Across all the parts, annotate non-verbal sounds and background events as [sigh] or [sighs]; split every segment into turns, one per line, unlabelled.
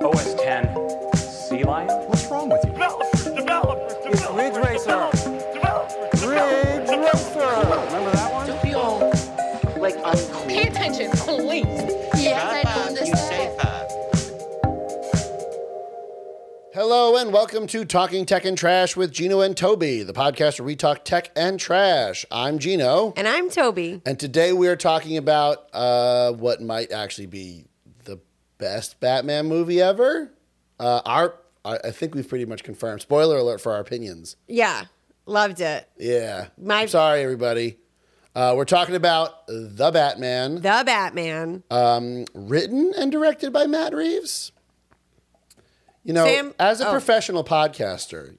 OS 10 Sea Lion?
What's wrong with you?
Developers, developers,
It's Ridge Racer.
developers,
Ridge Racer! Remember that one?
Don't be all like uncool.
Pay attention, please.
Drop off, you safe up.
Hello and welcome to Talking Tech and Trash with Gino and Toby, the podcast where we talk tech and trash. I'm Gino,
And I'm Toby.
and today we are talking about uh, what might actually be the best Batman movie ever. Uh, our, I I think we've pretty much confirmed. Spoiler alert for our opinions.
Yeah, loved it.
Yeah,
My-
I'm sorry, everybody. Uh, we're talking about the Batman,
The Batman.
written and directed by Matt Reeves. You know,
Sam-
as a
oh.
professional podcaster,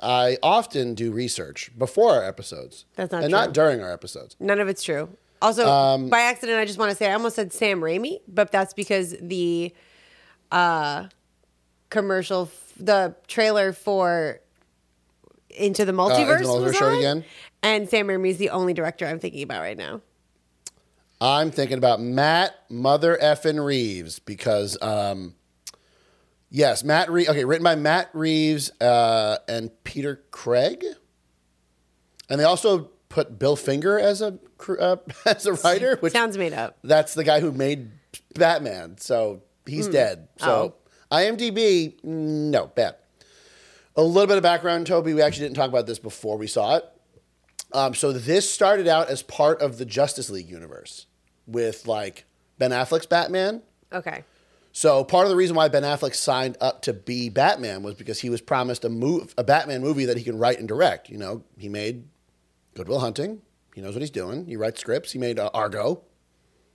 I often do research before our episodes.
That's not
and
true.
not during our episodes.
None of it's true. Also,
Um,
by accident, I just want to say I almost said Sam Raimi, but that's because the uh, commercial, f- the trailer for Into the
Uh,
Multiverse,
Into the
was
Multiverse showed
on,
again.
and Sam Raimi is the only director I'm thinking about right now.
I'm thinking about Matt Mother effing Reeves because, um, yes, Matt Reeves. Okay, written by Matt Reeves uh, and Peter Craig, and they also put Bill Finger as a cr- uh, [laughs] as a writer, which
Sounds made up.
That's the guy who made Batman. So he's dead. So IMDb, no, bad. A little bit of background, Toby. We actually didn't talk about this before we saw it. Um, so this started out as part of the Justice League universe with like Ben Affleck's Batman.
Okay.
So part of the reason why Ben Affleck signed up to be Batman was because he was promised a move, a Batman movie that he can write and direct. You know, he made Goodwill Hunting. He knows what he's doing. He writes scripts. He made uh, Argo,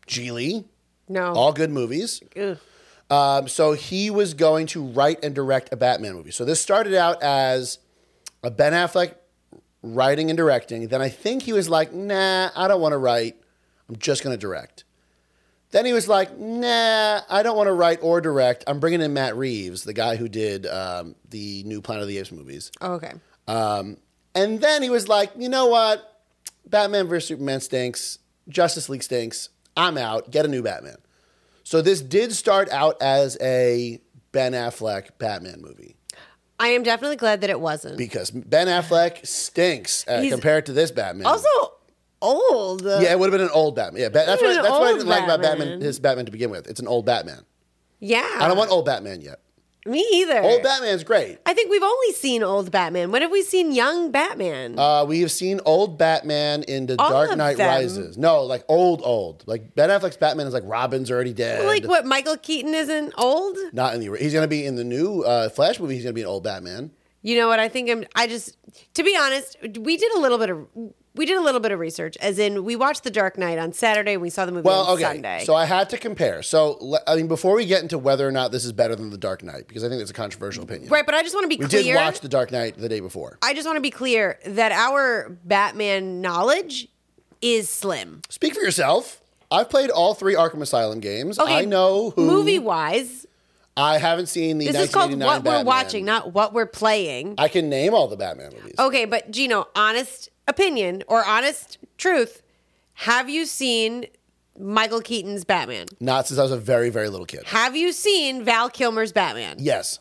Geely,
No.
all good movies.
Ugh.
Um, so he was going to write and direct a Batman movie. So this started out as a Ben Affleck writing and directing. Then I think he was like, nah, I don't want to write. I'm just going to direct. Then he was like, nah, I don't want to write or direct. I'm bringing in Matt Reeves, the guy who did um, the new Planet of the Apes movies.
Oh, okay.
And then he was like, you know what? Batman vs. Superman stinks. Justice League stinks. I'm out. Get a new Batman. So this did start out as a Ben Affleck Batman movie
I am definitely glad that it wasn't.
because Ben Affleck stinks uh,
He's-
compared to this Batman.
also, old.
yeah, it would have been an old Batman. Yeah, ba- that's what
An
that's what I
old
didn't like about Batman
Batman. Ah.
his Batman to begin with. It's an old Batman.
Yeah.
I don't want old Batman yet.
me either.
Old Batman's great.
I think we've only seen old Batman. When have we seen young Batman?
Uh, we have seen old Batman in the
All
Dark
of
Knight
them.
Rises. No, like old, old. Like Ben Affleck's Batman is like Robin's already dead.
like what? Michael Keaton isn't old.
Not in the. He's gonna be in the new uh, Flash movie. He's gonna be an old Batman.
You know what? I think I'm. I just to be honest, we did a little bit of we did a little bit of research. As in, we watched The Dark Knight on Saturday. and We saw the movie
Well,
on
okay.
Sunday.
So I had to compare. So le- I mean, before we get into whether or not this is better than the Dark Knight, because I think that's a controversial opinion.
right, but I just want to be
We
clear.
did watch the Dark Knight the day before.
I just want to be clear that our Batman knowledge is slim.
Speak for yourself. I've played all three Arkham Asylum games.
Okay,
I know who.
movie wise.
I haven't seen the.
This is called
1989
what we're
Batman.
watching, not what we're playing.
I can name all the Batman movies.
Okay, but Gino, honest opinion or honest truth, have you seen Michael Keaton's Batman?
Not since I was a very, very little kid.
Have you seen Val Kilmer's Batman?
Yes,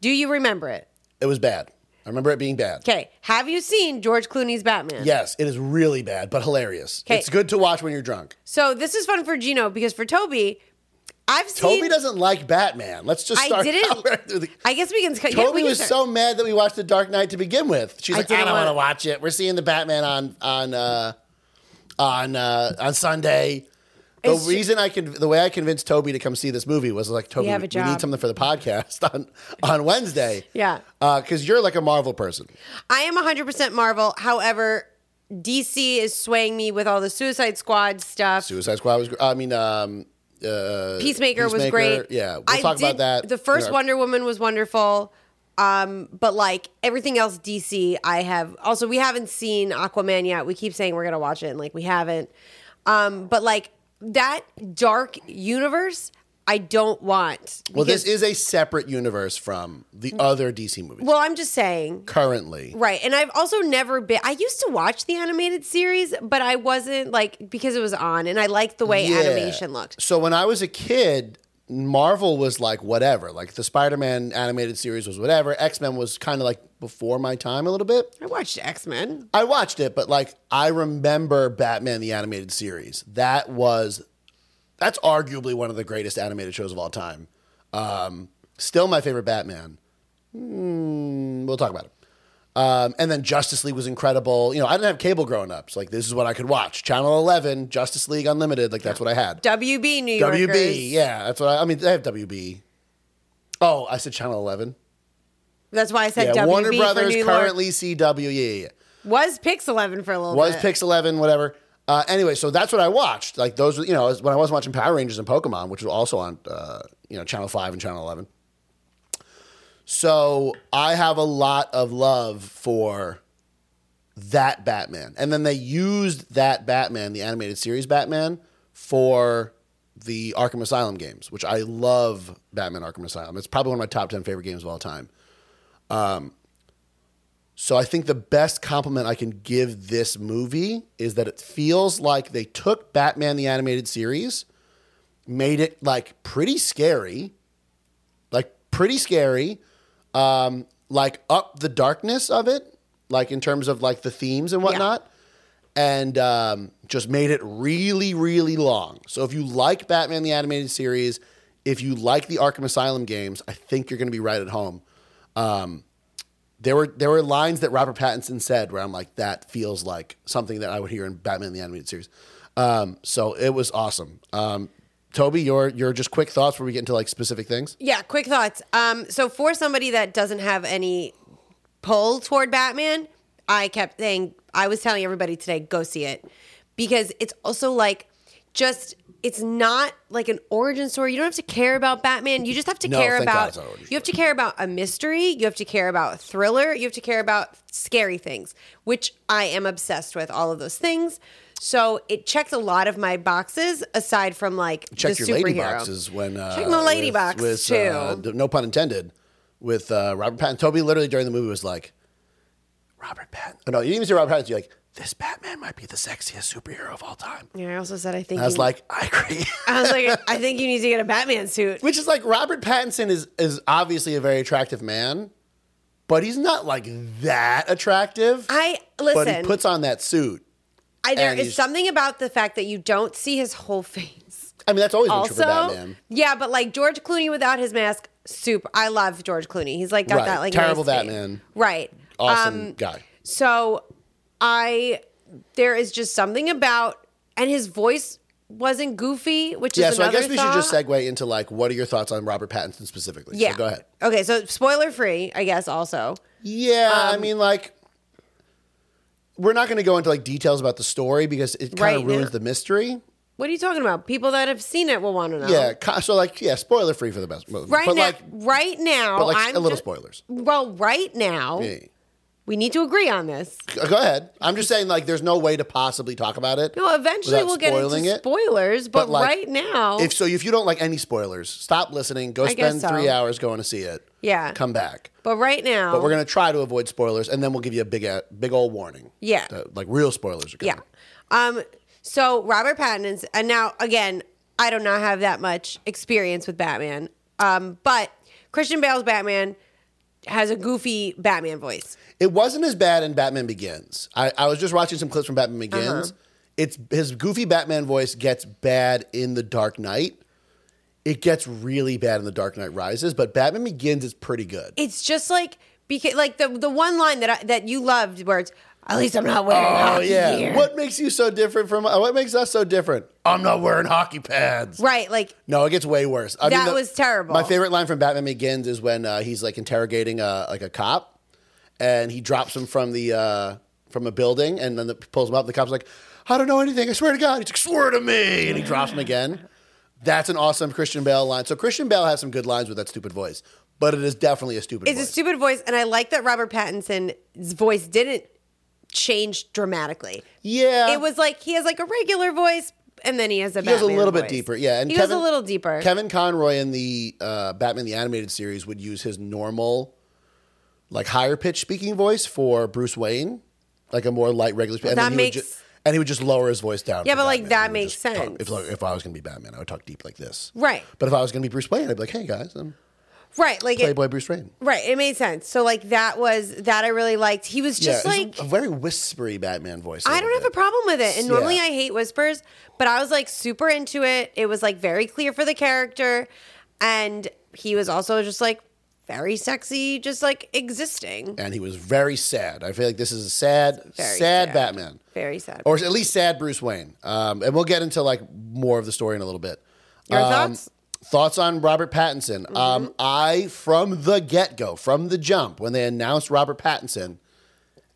Do you remember it?
it was bad. I remember it being bad.
Okay. Have you seen George Clooney's Batman?
Yes, it is really bad, but hilarious.
'Kay.
It's good to watch when you're drunk.
So this is fun for Gino because for Toby, I've seen.
Toby doesn't like Batman. Let's just
I
start. [laughs]
didn't-
out right through the-
I guess we can. yeah,
Toby
we can
was
start.
so mad that we watched The Dark Knight to begin with. She's
I
like, I
didn't
don't want
wanna-
to watch it. We're seeing the Batman on on uh, on uh, on Sunday. The
It's ju-
reason I can, the way I convinced Toby to come see this movie was like, Toby,
have a
we need
job."
something for the podcast [laughs] on on Wednesday.
Yeah.
because you're like a Marvel person.
I am 100% Marvel. However, DC is swaying me with all the Suicide Squad stuff.
Suicide Squad was, gr- I mean, um, uh,
Peacemaker, was
Peacemaker,
great.
Yeah, we'll
I
talk
did-
about that.
The first
in our-
Wonder Woman was wonderful. Um, but like everything else DC, I have also we haven't seen Aquaman yet. We keep saying we're gonna watch it and like we haven't. Um, but like that dark universe, I don't want.
Well, this
because- Mm.
is a separate universe from the other DC movies
well, I'm just saying.
currently.
Right. And I've also never been I used to watch the animated series, but I wasn't like because it was on and I liked the way
Yeah.
animation looked.
So when I was a kid, Marvel was like whatever. Like the Spider-Man animated series was whatever. X-Men was kind of like before my time a little bit.
I watched X Men.
I watched it, but like I remember Batman the animated series. That was that's arguably one of the greatest animated shows of all time. Um, still my favorite Batman. Hmm, we'll talk about it. Um, and then Justice League was incredible. You know, I didn't have cable growing up, so like this is what I could watch. Channel Eleven, Justice League Unlimited, like that's what I had.
WB New Yorkers.
WB, yeah, that's what I, I mean. They have WB. Oh, I said Channel Eleven.
That's why I said
Yeah,
WB
Warner
for
Brothers
New
currently E. CW. Yeah, yeah, yeah.
York. Was Pix Eleven for a little
was
bit.
Pix Eleven, whatever. Uh, anyway, so that's what I watched. Like those, were- you know, when I was watching Power Rangers and Pokemon, which was also on, uh, you know, Channel Five and Channel Eleven. So I have a lot of love for that Batman, and then they used that Batman, the animated series Batman, for the Arkham Asylum games, which I love. Batman Arkham Asylum. It's probably one of my top ten favorite games of all time. So I think the best compliment I can give this movie is that it feels like they took Batman the animated series, made it like pretty scary, like pretty scary, um, like up the darkness of it, like in terms of like the themes and whatnot, and um, just made it really, really long. So if you like Batman the animated series, if you like the Arkham Asylum games, I think you're going to be right at home there were there were lines that Robert Pattinson said where I'm like, that feels like something that I would hear in Batman the Animated Series. Um, so it was awesome. Um, Toby, your your just quick thoughts before we get into like specific things.
Yeah, quick thoughts. Um, so for somebody that doesn't have any pull toward Batman, I kept saying I was telling everybody today, go see it. Because it's also like just it's not like an origin story. You don't have to care about Batman. You just have to
No,
care
thank God
about
it's not an origin
you have to care about a mystery, you have to care about a thriller, you have to care about scary things, which I am obsessed with all of those things. So it checked a lot of my boxes aside from like
Check
the
your lady
superhero.
boxes when uh,
Check my lady
with-
box,
with,
too.
uh, d- no pun intended. With uh, Robert Pattinson, Toby literally during the movie was like, Robert Pattinson. Oh, no, you didn't even say Robert Pattinson. You're like, this Batman might be the sexiest superhero of all time.
Yeah, I also said I think
I was
you-
like, I agree. [laughs]
I was like, I think you need to get a Batman suit.
Which is like Robert Pattinson is is obviously a very attractive man, but he's not like that attractive.
I
but
listen.
he puts on that suit.
I, there
and
is
he's-
something about the fact that you don't see his whole [laughs] face.
I mean, that's always been true for
Also,
Batman.
yeah, but like George Clooney without his mask, super. I love George Clooney. He's like got
Right.
that like
Terrible
nice face.
Batman.
Right.
Awesome
Um,
guy.
So I there is just something about and his voice wasn't goofy, which
Yeah,
is
so I
another
guess we should just
thought.
segue into like, what are your thoughts on Robert Pattinson specifically?
Yeah.
So go ahead.
Okay, so spoiler free, I guess. Also,
Yeah, I
Um,
mean, like, we're not going to go into like details about the story because it kind
Right,
of
no.
ruins the mystery.
what are you talking about? People that have seen it will want to know.
Yeah, ki- so like, yeah, spoiler free for the best movie.
Right
but
now,
like,
right now,
but like
I'm
a
Oh.
little
ju-
spoilers.
Well, right now,
Yeah.
we need to agree on this.
Go ahead. I'm just saying, like, there's no way to possibly talk about it.
No, eventually
without
we'll get
spoiling
into
it.
spoilers, but,
But, like,
right now,
If so, if you don't like any spoilers, stop listening. Go
I guess
spend three
so.
hours going to see it.
Yeah. Oh.
Come back.
but right now,
But we're gonna try to avoid spoilers, and then we'll give you a big, a- big old warning.
Yeah.
That, like real spoilers. Are coming.
yeah. Um, so Robert Pattinson's, and now again, I do not have that much experience with Batman, um, but Christian Bale's Batman has a goofy Batman voice.
It wasn't as bad in Batman Begins. I, I was just watching some clips from Batman
Uh-huh.
Begins. It's his goofy Batman voice gets bad in The Dark Knight. It gets really bad in The Dark Knight Rises, but Batman Begins is pretty good.
It's just like because like the the one line that I, that you loved, where it's at least I'm not wearing.
Oh
hockey
yeah.
gear."
What makes you so different from? uh, What makes us so different? I'm not wearing hockey pads.
Right, like
No, it gets way worse. I
That was terrible.
My favorite line from Batman Begins is when uh, he's like interrogating a, like a cop, and he drops him from the uh, from a building, and then the, pulls him up. The cop's like, "I don't know anything. I swear to God." He's like, "Swear to me," and he drops him again. That's an awesome Christian Bale line. So Christian Bale has some good lines with that stupid voice, but it is definitely a stupid.
It's
voice.
a stupid voice, and I like that Robert Pattinson's voice didn't change dramatically.
Yeah,
It was like he has like a regular voice, and then he has a.
He goes a
Batman
little bit
voice.
deeper, yeah. And
he
Kevin,
goes a little deeper.
Kevin Conroy in the uh, Batman the Animated Series would use his normal, like higher pitched speaking voice for Bruce Wayne, like a more light regular. speaking.
That
and then he would
makes
ju-
and he would just lower his voice down.
Yeah,
for
but, like,
Batman.
that
He would
makes
just talk-
sense.
If, like, if I was gonna be Batman, I would talk deep like this.
Right.
But if I was gonna be Bruce Wayne, I'd be like, "Hey guys, I'm
Right. Like it,
Playboy Bruce Wayne."
right. It made sense. So like that was that I really liked. He was just
yeah,
like
it's a very whispery Batman voice.
I don't have a problem with it. And
Yeah.
normally I hate whispers, but I was like super into it. It was like very clear for the character. And he was also just like very sexy, just like existing.
And he was very sad. I feel like this is a sad, sad
Very sad.
Batman.
Very sad.
or at least sad Bruce Wayne. Um, and we'll get into like more of the story in a little bit.
Your
Um,
thoughts? Mm-hmm.
Thoughts on Robert Pattinson? Um, I from the get go, from the jump, when they announced Robert Pattinson,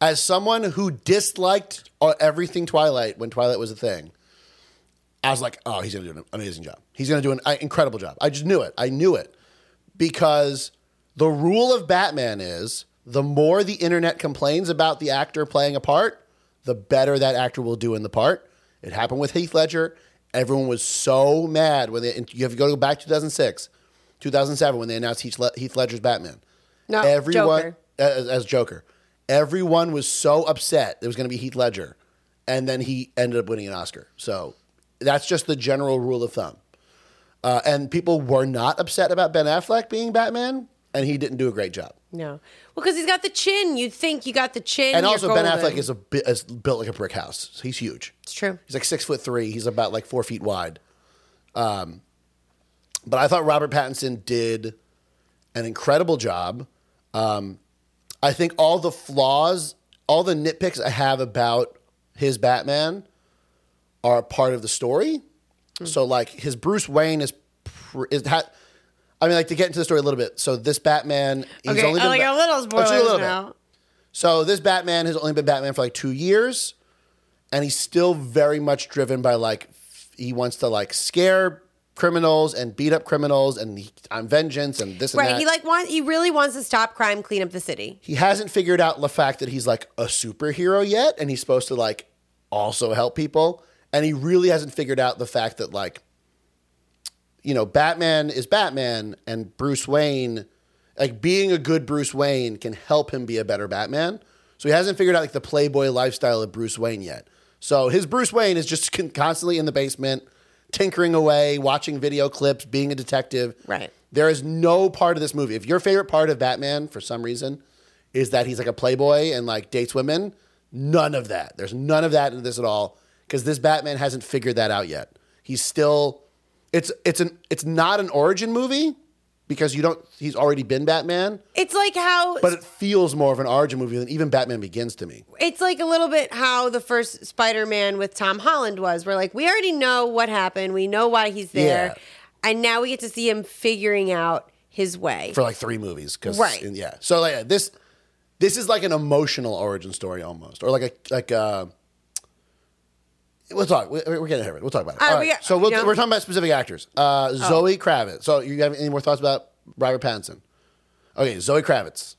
as someone who disliked uh, everything Twilight when Twilight was a thing, I was like, oh, he's going to do an amazing job. He's going to do an uh, incredible job. I just knew it. I knew it because the rule of Batman is the more the internet complains about the actor playing a part, the better that actor will do in the part. It happened with Heath Ledger. Everyone was so mad when they, you have to go back to 2006, 2007 when they announced Heath, Le- Heath Ledger's Batman.
No,
everyone
Joker.
As, as Joker, everyone was so upset it was going to be Heath Ledger, and then he ended up winning an Oscar. So that's just the general rule of thumb. Uh, and people were not upset about Ben Affleck being Batman, and he didn't do a great job.
no. Well, because he's got the chin. You'd think you got the chin.
And
you're
also, Ben
golden.
Affleck is a bi- is built like a brick house. So He's huge.
It's true.
He's like six foot three. He's about like four feet wide. Um, but I thought Robert Pattinson did an incredible job. Um, I think all the flaws, all the nitpicks I have about his Batman are a part of the story.
Hmm.
So like his Bruce Wayne is, pr- is ha- I mean like to get into the story a little bit. So this Batman, he's
Okay,
only been
like
Ba-
a little
Oh, just
spoilers
bit.
now.
So this Batman has only been Batman for like two years, and he's still very much driven by like f- he wants to like scare criminals and beat up criminals and he, on vengeance and this and
Right.
that.
He like wants. He really wants to stop crime, clean up the city.
he hasn't figured out the fact that he's like a superhero yet, and he's supposed to like also help people, and he really hasn't figured out the fact that like you know Batman is Batman, and Bruce Wayne, like being a good Bruce Wayne can help him be a better Batman. So he hasn't figured out like the playboy lifestyle of Bruce Wayne yet. So his Bruce Wayne is just con- constantly in the basement, tinkering away, watching video clips, being a detective.
Right.
There is no part of this movie. If your favorite part of Batman, for some reason, is that he's like a playboy and like dates women, none of that. There's none of that in this at all because this Batman hasn't figured that out yet. He's still, it's it's an it's not an origin movie because you don't. He's already been Batman,
It's like how.
but it feels more of an origin movie than even Batman Begins to me.
it's like a little bit how the first Spider-Man with Tom Holland was. We're like, we already know what happened. We know why he's there, and now we get to see him figuring out his way.
for like three movies because
Right.
yeah so like this this is like an emotional origin story almost or like a like a We'll talk. we- We're getting ahead of it. We'll talk about it.
Uh,
All
we
right.
got-
so we'll,
yeah. Oh.
we're talking about specific actors. Uh, Zoe Kravitz. So you have any more thoughts about Robert Pattinson? Okay, Zoe Kravitz.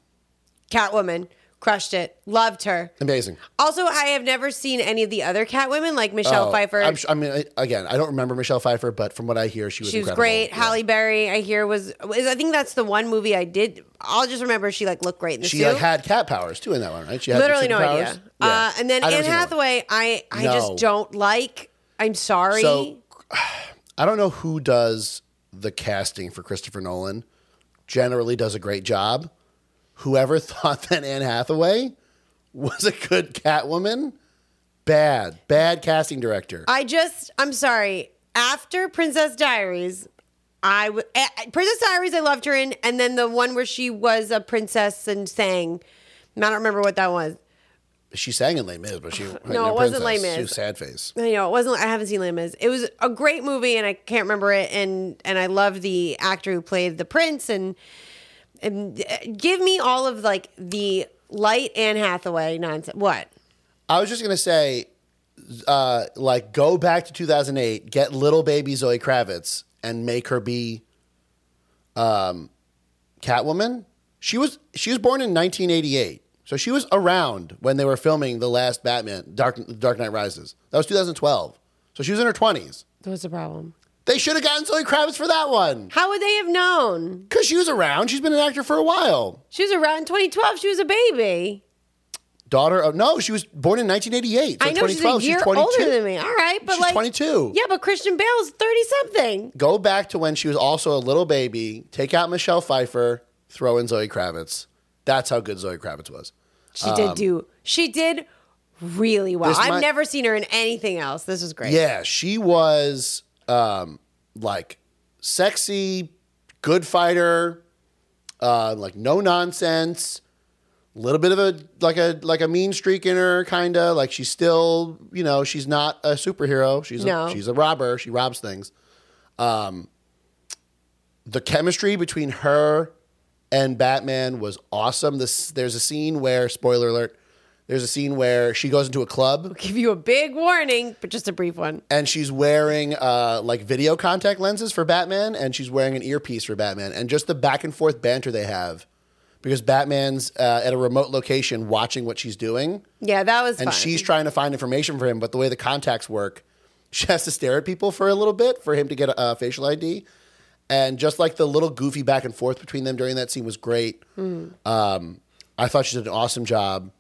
Catwoman crushed it. Loved her.
Amazing.
Also, I have never seen any of the other Catwomen, like Michelle
Oh,
Pfeiffer.
I'm, su- I mean, I- again, I don't remember Michelle Pfeiffer, but from what I hear, she was
she was
incredible.
great.
Yeah.
Halle Berry, I hear was, was. I think that's the one movie I did. I'll just remember she like looked great in the
She
suit.
like, had cat powers too in that one, right? She had
Literally no
superpowers?
idea.
Yeah.
Uh, and then
I've never
Anne
seen that one.
Hathaway, I I
No.
just don't like. I'm sorry.
So [sighs] I don't know who does the casting for Christopher Nolan. Generally does a great job. Whoever [laughs] thought that Anne Hathaway was a good Catwoman, bad, bad casting director.
I just, I'm sorry. After Princess Diaries, I w- eh, eh, Princess Diaries, I loved her in, and then the one where she was a princess and sang. I don't remember what that was.
she sang in Les Mis, but she no,
it wasn't Les
She
Mis.
was sad face.
You know, it wasn't. I haven't seen Les Mis. It was a great movie, and I can't remember it. And and I love the actor who played the prince. And and eh, give me all of like the light Anne Hathaway nonsense. What?
I was just gonna say, uh, like, go back to 2008, get little baby Zoe Kravitz, and make her be, um, Catwoman. She was she was born in 1988, so she was around when they were filming the last Batman Dark Dark Knight Rises. That was 2012, so she was in her 20s.
What's the problem?
They should have gotten Zoe Kravitz for that one
How would they have known?
because she was around. She's been an actor for a while.
She was around 2012. She was a baby.
Daughter of no, she was born in 1988. So
I know she's a
2012,
year
she's 22.
older than me. All right, but
She's
like
22.
Yeah, but Christian Bale's thirty something.
Go back to when she was also a little baby. Take out Michelle Pfeiffer. Throw in Zoe Kravitz. That's how good Zoe Kravitz was.
She did do. She did really well.
Um, This
I've
might-
never seen her in anything else. This was great.
Yeah, she was um, like sexy, good fighter, uh, like no nonsense. Little bit of a like a like a mean streak in her, kind of like she's still you know she's not a superhero. She's
No.
a, she's a robber. She robs things. Um, the chemistry between her and Batman was awesome. This there's a scene where spoiler alert. There's a scene where she goes into a club
Give you a big warning, but just a brief one.
and she's wearing uh, like video contact lenses for Batman, and she's wearing an earpiece for Batman, and just the back and forth banter they have, because Batman's uh, at a remote location watching what she's doing,
Yeah, that was.
and
fun.
she's trying to find information for him, but the way the contacts work, [laughs] she has to stare at people for a little bit for him to get a, a facial ID, and just like the little goofy back and forth between them during that scene was great. Um, I thought she did an awesome job.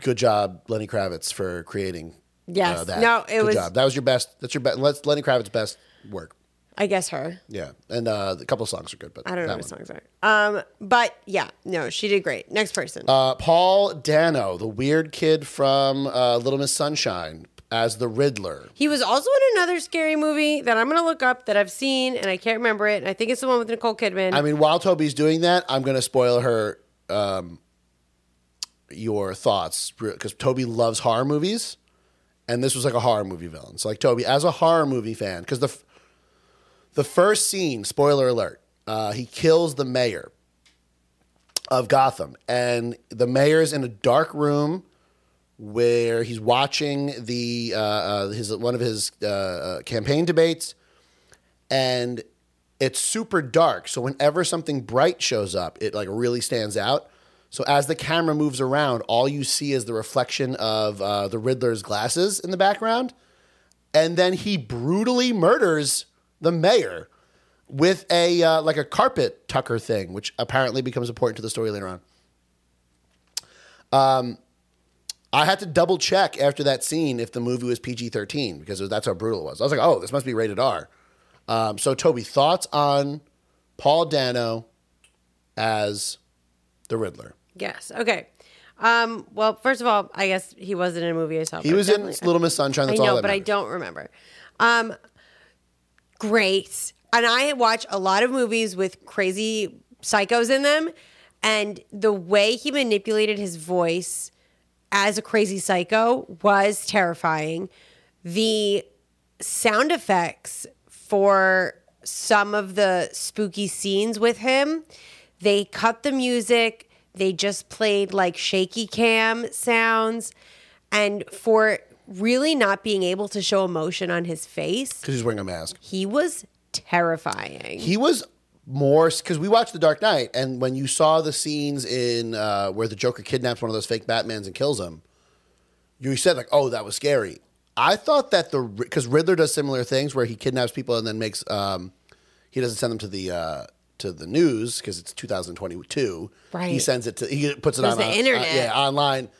Good job, Lenny Kravitz, for creating. uh,
Yes.
that.
No, it
Good
was-
Job. That was your best. That's your best. Let's Lenny Kravitz's best work.
I guess her.
Yeah, and uh, a couple songs are good, but
I don't know
that
what
one.
songs are. Um, but yeah, no, she did great. Next person.
Uh, Paul Dano, the weird kid from uh, Little Miss Sunshine, as the Riddler.
he was also in another scary movie that I'm gonna look up that I've seen and I can't remember it. And I think it's the one with Nicole Kidman.
I mean, while Toby's doing that, I'm going to spoil her um, your thoughts because Toby loves horror movies, and this was like a horror movie villain. So, like Toby, as a horror movie fan, because the f- the first scene, spoiler alert, uh, he kills the mayor of Gotham, and the mayor is in a dark room where he's watching the uh, uh, his one of his uh, uh, campaign debates and it's super dark. So whenever something bright shows up, it like really stands out. So as the camera moves around, all you see is the reflection of uh, the Riddler's glasses in the background, and then he brutally murders the mayor with a uh, like a carpet tucker thing, which apparently becomes important to the story later on. Um, I had to double check after that scene if the movie was PG thirteen because that's how brutal it was. I was like, oh, this must be rated R. Um, so, Toby, thoughts on Paul Dano as the Riddler?
yes. Okay. Um, well, first of all, I guess he wasn't in a movie I saw.
He
but
was in
definitely-
Little Miss Sunshine. That's
I know,
all that
but I
matters.
don't remember. Um, great. And I watch a lot of movies with crazy psychos in them, and the way he manipulated his voice as a crazy psycho was terrifying. The sound effects for some of the spooky scenes with him. They cut the music, they just played like shaky cam sounds. And for really not being able to show emotion on his face,
Because he's wearing a mask.
he was terrifying.
He was more because we watched The Dark Knight, and when you saw the scenes in uh, where the Joker kidnaps one of those fake Batmans and kills him, you said like, "Oh, that was scary." I thought that the because Riddler does similar things where he kidnaps people and then makes um, he doesn't send them to the uh, to the news because it's 2022. He
Right.
sends it to he puts it
Goes
on
to
a-
the
uh,
internet.
yeah, online.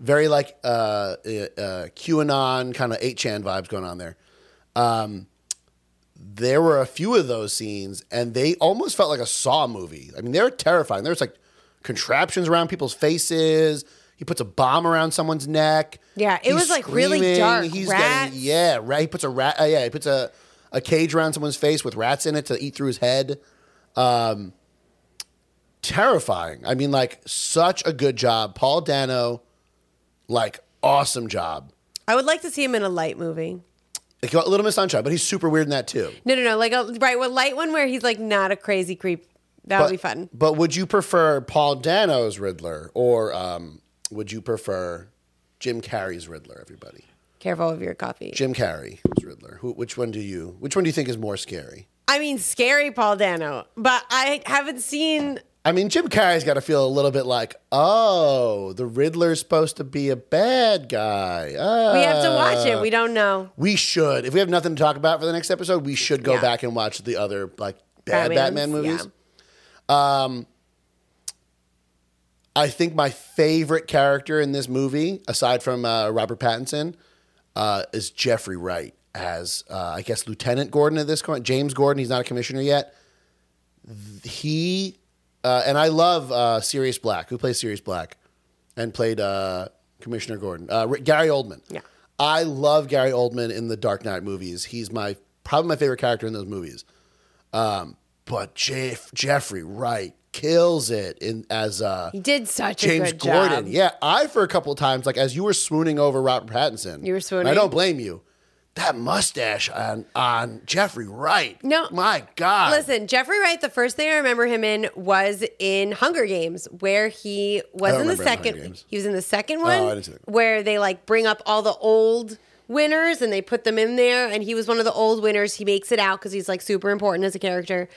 Very like uh, uh, QAnon kind of 8chan vibes going on there there were a few of those scenes, and they almost felt like a Saw movie. I mean, they were terrifying. There's like contraptions around people's faces. He puts a bomb around someone's neck.
Yeah, it was, like, really dark. Rats.
yeah, rat, he puts a rat. Uh, yeah, he puts a a cage around someone's face with rats in it to eat through his head. Um, terrifying. I mean, like such a good job, Paul Dano. Like awesome job.
I would like to see him in a light movie.
Like, Little Miss Sunshine, but he's super weird in that too.
No, no, no. Like a right, well, light one where he's like not a crazy creep. That would be fun.
But would you prefer Paul Dano's Riddler or um, would you prefer Jim Carrey's Riddler? Everybody,
Careful of your coffee.
Jim Carrey's Riddler. Who, which one do you? Which one do you think is more scary?
I mean, scary Paul Dano, but I haven't seen.
I mean, Jim Carrey's got to feel a little bit like, oh, the Riddler's supposed to be a bad guy. Oh.
We have to watch it. We don't know.
We should. If we have nothing to talk about for the next episode, we should go
Yeah.
back and watch the other like bad
Batmans,
Batman movies.
yeah.
Um, I think my favorite character in this movie, aside from uh, Robert Pattinson, uh, is Jeffrey Wright as uh, I guess Lieutenant Gordon at this point. James Gordon, he's not a commissioner yet. Th- He uh, and I love uh, Sirius Black, who plays Sirius Black and played uh, Commissioner Gordon, uh, Rick- Gary Oldman.
Yeah.
I love Gary Oldman in the Dark Knight movies. He's my probably my favorite character in those movies Um, but Jeff, Jeffrey Wright kills it in as uh,
He did such
James
a good
Gordon.
job.
Yeah, I for a couple of times, like as you were swooning over Robert Pattinson,
You
and
were
I
swooning?
don't blame you. That mustache on on Jeffrey Wright.
No.
my God.
Listen, Jeffrey Wright, the first thing I remember him in was in Hunger Games, where he was
don't
in
remember him
the
in Hunger
second.
Games.
He was in the second
Oh, I
one,
didn't see that.
where they like bring up all the old winners and they put them in there, and he was one of the old winners. He makes it out because he's like super important as a character.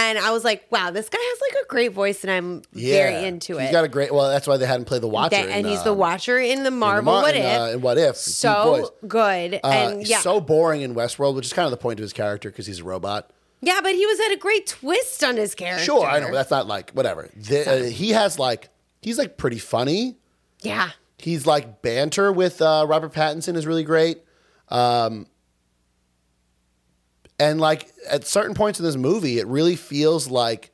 And I was like, wow, this guy has like a great voice, and I'm very into
He's
it.
got a great. Well, that's why they had him play the Watcher,
That- and
in,
he's
uh,
the Watcher in the
in the
Marvel
Mar-
What
in,
If.
uh, in What If? Deep voice.
so good,
Uh,
and
he's
yeah,
so boring in Westworld, which is kind of the point of his character because he's a robot.
yeah, but he was at a great twist on his character.
Sure, I know, but that's not like whatever. The, uh, he has like he's like pretty funny.
yeah.
He's like banter with uh, Robert Pattinson is really great. Um, and like at certain points in this movie, it really feels like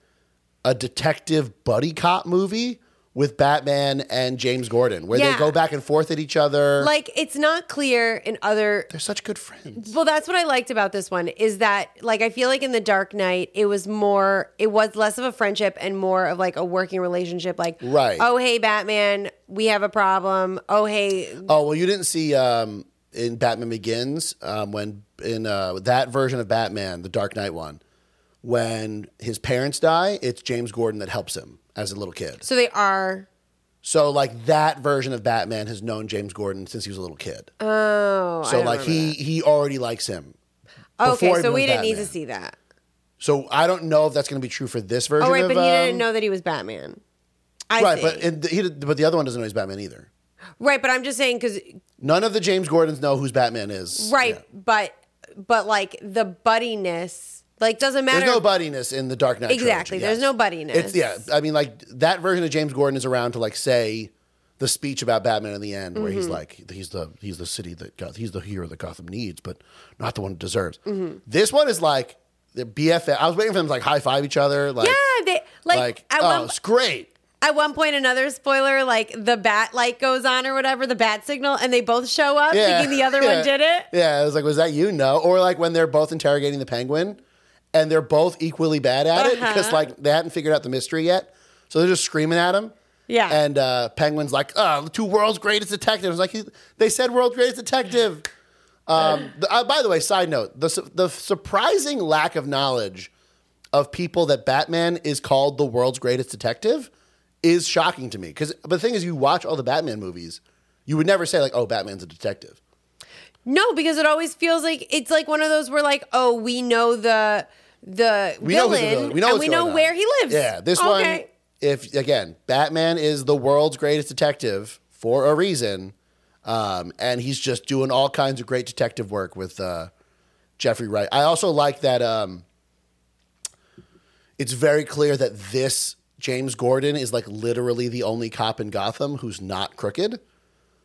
a detective buddy cop movie with Batman and James Gordon, where they
Yeah.
go back and forth at each other.
like it's not clear in other
They're such good friends.
well that's what i liked about this one is that like i feel like in the dark knight it was more it was less of a friendship and more of like a working relationship like
Right.
oh hey batman we have a problem oh hey
Oh well, you didn't see um, in Batman Begins um, when in uh, that version of Batman, the Dark Knight one, when his parents die, it's James Gordon that helps him as a little kid.
so they are
So like that version of Batman has known James Gordon since he was a little kid. Oh, so like he he already likes him.
oh, okay
before he
so we
was
didn't need to
Batman.
see that
So I don't know if that's going to be true for this version.
oh right
of,
but he didn't
um,
know that he was batman I
Right,
think.
but and he did- but the other one doesn't know he's Batman either.
right but i'm just saying because
None of the James Gordons know who's Batman is.
right
Yeah.
but but like the buddiness like doesn't matter
There's no buddiness in the Dark Knight.
Exactly,
trilogy,
there's
yes.
no buddiness.
It's yeah. I mean, like that version of James Gordon is around to like say the speech about Batman in the end, where
Mm-hmm.
he's like, he's the he's the city that Goth, he's the hero that Gotham needs, but not the one it deserves.
Mm-hmm.
This one is like the BFF. I was waiting for them to like high five each other. Like,
yeah they like,
like,
at
oh,
one-
it's great.
At one point, another spoiler, like the bat light goes on or whatever, the bat signal, and they both show up
Yeah,
thinking the other
yeah.
one did it.
Yeah, I was like, was that you? No, or like when they're both interrogating the Penguin, and they're both equally bad at it because
Uh-huh.
like they hadn't figured out the mystery yet, so they're just screaming at him.
Yeah.
And uh, Penguin's like, oh, the two world's greatest detectives. Like, he- they said world's greatest detective. Um, the- uh, by the way, side note the, su- the surprising lack of knowledge of people that Batman is called the world's greatest detective is shocking to me. Because the thing is, you watch all the Batman movies, you would never say, like, oh, Batman's a detective.
No, because it always feels like it's like one of those where like, oh, we know the the
We know who's
villain,
the villain. We know,
and
what's
we
going
know
on.
where he lives.
Yeah, this one.
Okay.
If again, Batman is the world's greatest detective for a reason, um, and he's just doing all kinds of great detective work with uh, Jeffrey Wright. I also like that. Um, it's very clear that this James Gordon is like literally the only cop in Gotham who's not crooked.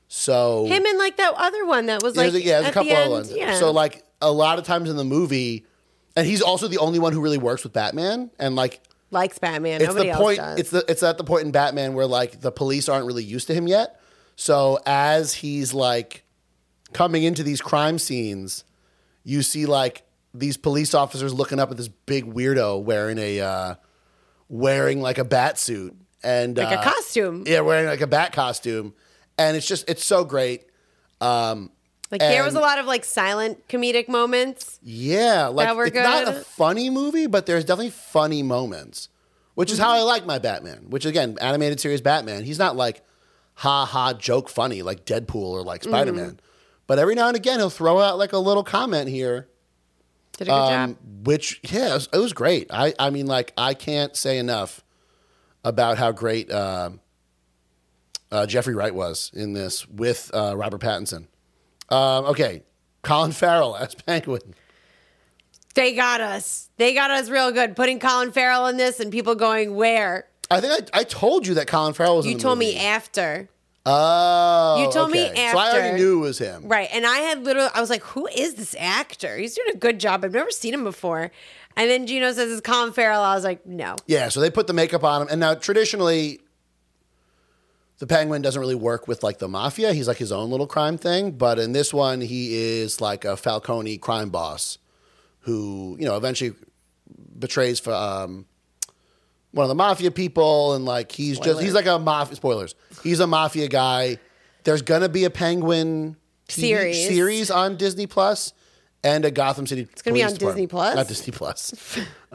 So
Him and like that other one that was like,
there's a, yeah, there's a
at the
couple
end,
other ones.
Yeah.
So like a lot of times in the movie, and he's also the only one who really works with Batman. And like
likes Batman.
it's
Nobody
the
else
point.
does.
It's the it's at the point in Batman where like the police aren't really used to him yet. So as he's like coming into these crime scenes, you see like these police officers looking up at this big weirdo wearing a uh, wearing like a bat suit and
Like a
uh,
costume.
Yeah, wearing like a bat costume, and it's just it's so great. Um,
like there was
and-
a lot of like silent comedic moments.
Yeah, like
That were
it's not a
good.
funny movie, but there's definitely funny moments, which is how
Mm-hmm.
I like my Batman. Which again, animated series Batman, he's not like ha ha joke funny like Deadpool or like
Mm-hmm.
Spider Man, but every now and again he'll throw out like a little comment here,
Did a good
um,
job.
which yeah, it was, it was great. I I mean like I can't say enough about how great uh, uh, Jeffrey Wright was in this with uh, Robert Pattinson. Um, okay, Colin Farrell [laughs] as Penguin.
They got us. They got us real good. Putting Colin Farrell in this and people going where.
I think I, I told you that Colin Farrell was. in
You
the
told
movie.
me after.
Oh,
You told me
okay. So I
after.
already knew it was him.
Right. And I had literally, I was like, who is this actor? He's doing a good job. I've never seen him before. And then Gino says it's Colin Farrell. I was like, no.
Yeah, so they put the makeup on him, and now traditionally, the Penguin doesn't really work with like the mafia. He's like his own little crime thing, but in this one, he is like a Falcone crime boss who you know eventually betrays for um, one of the mafia people, and like he's just he's like a mafia spoilers. He's a mafia guy. There's gonna be a Penguin TV
Series.
series on Disney Plus And a Gotham City. It's
gonna be on Disney Plus?
Not Disney Plus. [laughs]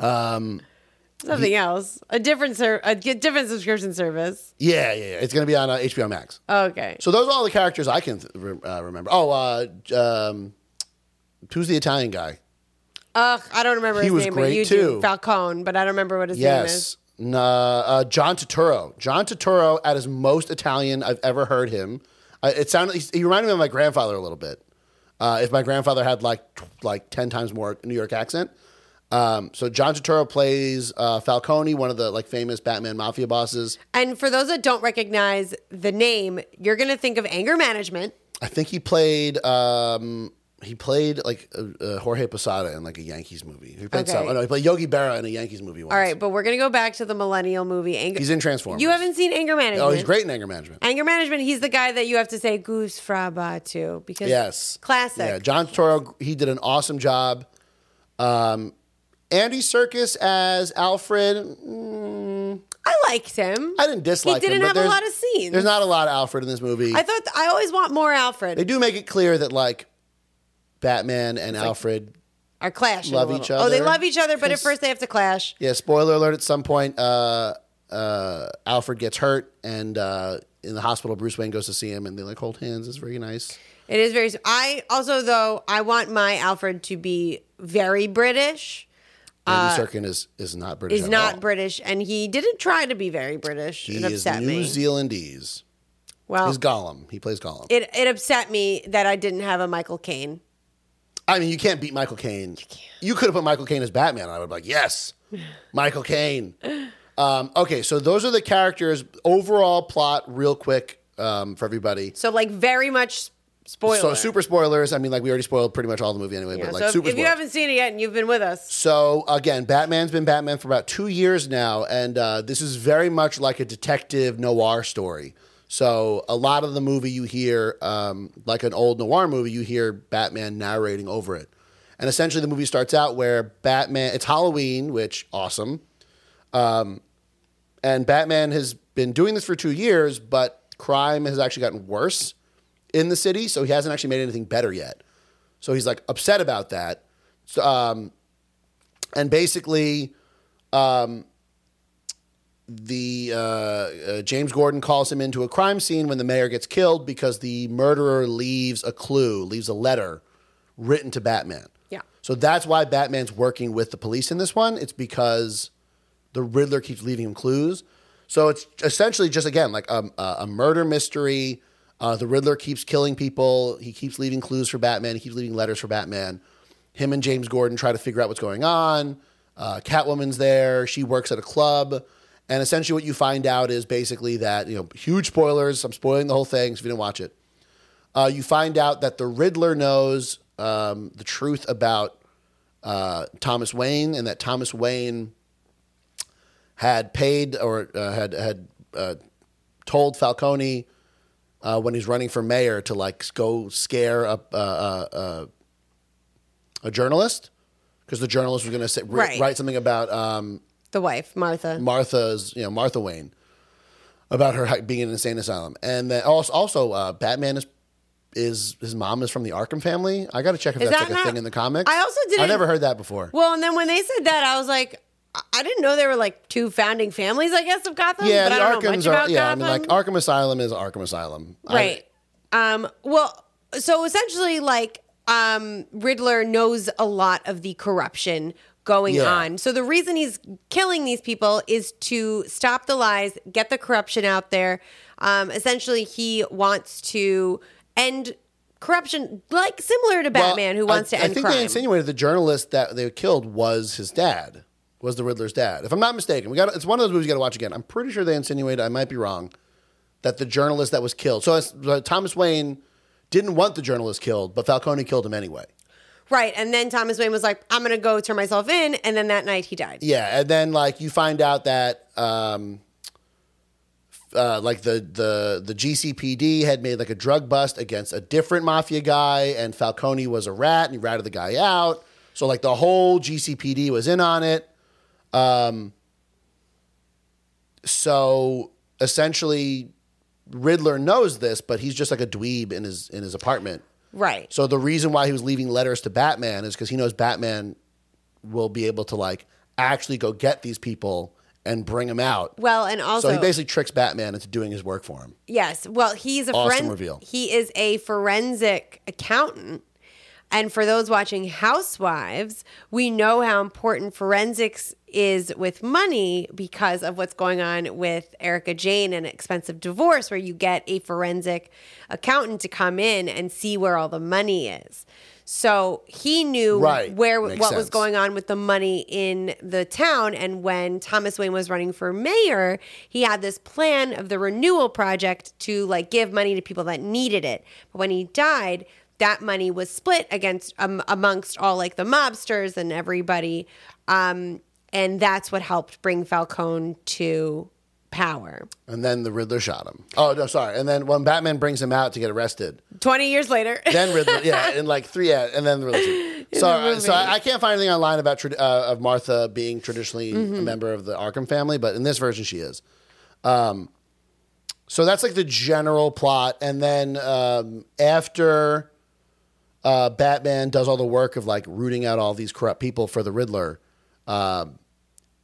Something else. A different ser- a g- different subscription service.
yeah, yeah, yeah. It's gonna be on uh, HBO Max.
Okay.
So those are all the characters I can th- re- uh, remember. Oh, uh, j- um, who's the Italian guy?
Ugh, I don't remember
He
his
was
name, but
great,
you
too.
do. Falcone, but I don't remember what his name
Yes,
is.
N- uh, uh, John Turturro. John Turturro at his most Italian I've ever heard him. Uh, it sounded. He, he reminded me of my grandfather a little bit. Uh, if my grandfather had like tw- like ten times more New York accent. Um, so John Turturro plays uh, Falcone, one of the like famous Batman mafia bosses.
And for those that don't recognize the name, you're going to think of anger management.
I think he played um, he played like uh, uh, Jorge Posada in like a Yankees movie. He played
Okay.
some. Oh, no, he played Yogi Berra in a Yankees movie. Once.
All right, but we're going to go back to the millennial movie Anger.
he's in Transformers.
You haven't seen Anger Management.
Oh, he's great in anger management.
Anger management, he's the guy that you have to say goose fraba to because
yes,
classic.
Yeah, John Toro. He did an awesome job. Um, Andy Circus as Alfred.
I liked him.
I didn't dislike.
He
him,
didn't
but
have a
there's-
lot of scenes.
There's not a lot of Alfred in this movie.
I thought I always want more Alfred.
they do make it clear that like Batman and Alfred.
are clashing. a
love
little.
each
Oh, they
other.
love each other, but at
Cause-
first they have to clash.
Yeah, spoiler alert. At some point, uh, uh, Alfred gets hurt, and uh, in the hospital, Bruce Wayne goes to see him, and they like hold hands. It's very nice.
It is very. I also though I want my Alfred to be very British.
Andy Serkin is is not British.
Uh, Is
at
not
all.
British, and he didn't try to be very British.
He
it
is
upset
New
me.
Zealandese.
well,
He's Gollum. He plays Gollum.
it it upset me that I didn't have a Michael Caine.
I mean, you can't beat Michael Caine. You, could have put Michael Caine as Batman. and I would be like,
[sighs]
yes, Michael Caine. Um, okay, so those are the characters. Overall plot, real quick um, for everybody.
So like very much spoiler.
So super spoilers. I mean, like we already spoiled pretty much all the movie anyway.
Yeah,
but like
so if-
super.
if you
spoilers.
haven't seen it yet and you've been with us,
So again, Batman's been Batman for about two years now, and uh, this is very much like a detective noir story. So a lot of the movie you hear, um, like an old noir movie, you hear Batman narrating over it, and essentially the movie starts out where Batman. It's Halloween, which awesome, um, and Batman has been doing this for two years, but crime has actually gotten worse in the city, so he hasn't actually made anything better yet. So he's like upset about that. So, um, and basically, um, the uh, uh, James Gordon calls him into a crime scene when the mayor gets killed because the murderer leaves a clue, leaves a letter written to Batman.
Yeah.
So that's why Batman's working with the police in this one. It's because the Riddler keeps leaving him clues. So it's essentially just again like um, a, a murder mystery. Uh, the Riddler keeps killing people. He keeps leaving clues for Batman. He keeps leaving letters for Batman. Him and James Gordon try to figure out what's going on. Uh, Catwoman's there. She works at a club, and essentially what you find out is basically that you know huge spoilers. I'm spoiling the whole thing. So if you didn't watch it, uh, you find out that the Riddler knows um, the truth about uh, Thomas Wayne, and that Thomas Wayne had paid or uh, had had uh, told Falcone uh, when he's running for mayor to like go scare up uh, uh, uh, a journalist because the journalist was going to say ri-
Right.
write something about um,
the wife Martha.
Martha's, you know, Martha Wayne about her hi- being in an insane asylum. And then also, also uh, Batman is is his mom is from the Arkham family. I got to check if
Is
that's
that
like a
not-
thing in the comics.
I also didn't-
I never heard that before.
Well, and then when they said that, I was like, I- I didn't know there were like two founding families, I guess, of Gotham.
yeah,
but I don't
the
know much
Arkhams are.
about
Yeah,
Gotham.
I mean, like Arkham Asylum is Arkham Asylum. I-
right. um. Well, so essentially, like, um, Riddler knows a lot of the corruption going
Yeah.
on. So the reason he's killing these people is to stop the lies, get the corruption out there. Um, essentially, he wants to end corruption, like similar to
Well,
Batman, who wants
I,
to end
I think
crime.
they insinuated the journalist that they killed was his dad. was the Riddler's dad. If I'm not mistaken, we got it's one of those movies you got to watch again. I'm pretty sure they insinuated I might be wrong that the journalist that was killed. So it's- uh, Thomas Wayne didn't want the journalist killed, but Falcone killed him anyway.
Right. And then Thomas Wayne was like, I'm going to go turn myself in. And then that night he died.
Yeah, and then like you find out that um, uh, like the the the GCPD had made like a drug bust against a different mafia guy, and Falcone was a rat, and he ratted the guy out. So like the whole GCPD was in on it. Um, so essentially, Riddler knows this, but he's just like a dweeb in his in his apartment.
Right.
So the reason why he was leaving letters to Batman is because he knows Batman will be able to like actually go get these people and bring them out.
well, and also,
so he basically tricks Batman into doing his work for him.
yes. Well, he's a
Awesome
foren-
reveal.
He is a forensic accountant. And for those watching Housewives, we know how important forensics is with money because of what's going on with Erica Jane and expensive divorce, where you get a forensic accountant to come in and see where all the money is. So he knew
Right.
where
Makes
what was
sense.
going on with the money in the town. And when Thomas Wayne was running for mayor, he had this plan of the renewal project to like give money to people that needed it. But when he died, that money was split against um, amongst all like the mobsters and everybody. Um, and that's what helped bring Falcone to power.
And then the Riddler shot him. Oh no, sorry. And then when Batman brings him out to get arrested,
20 years later.
then
[laughs]
Riddler, yeah, and like three, yeah, and then the Riddler. So,
movie.
so I, I can't find anything online about trad- uh, of Martha being traditionally
Mm-hmm.
a member of the Arkham family, but in this version, she is. Um, so that's like the general plot, and then um, after uh, Batman does all the work of like rooting out all these corrupt people for the Riddler, um,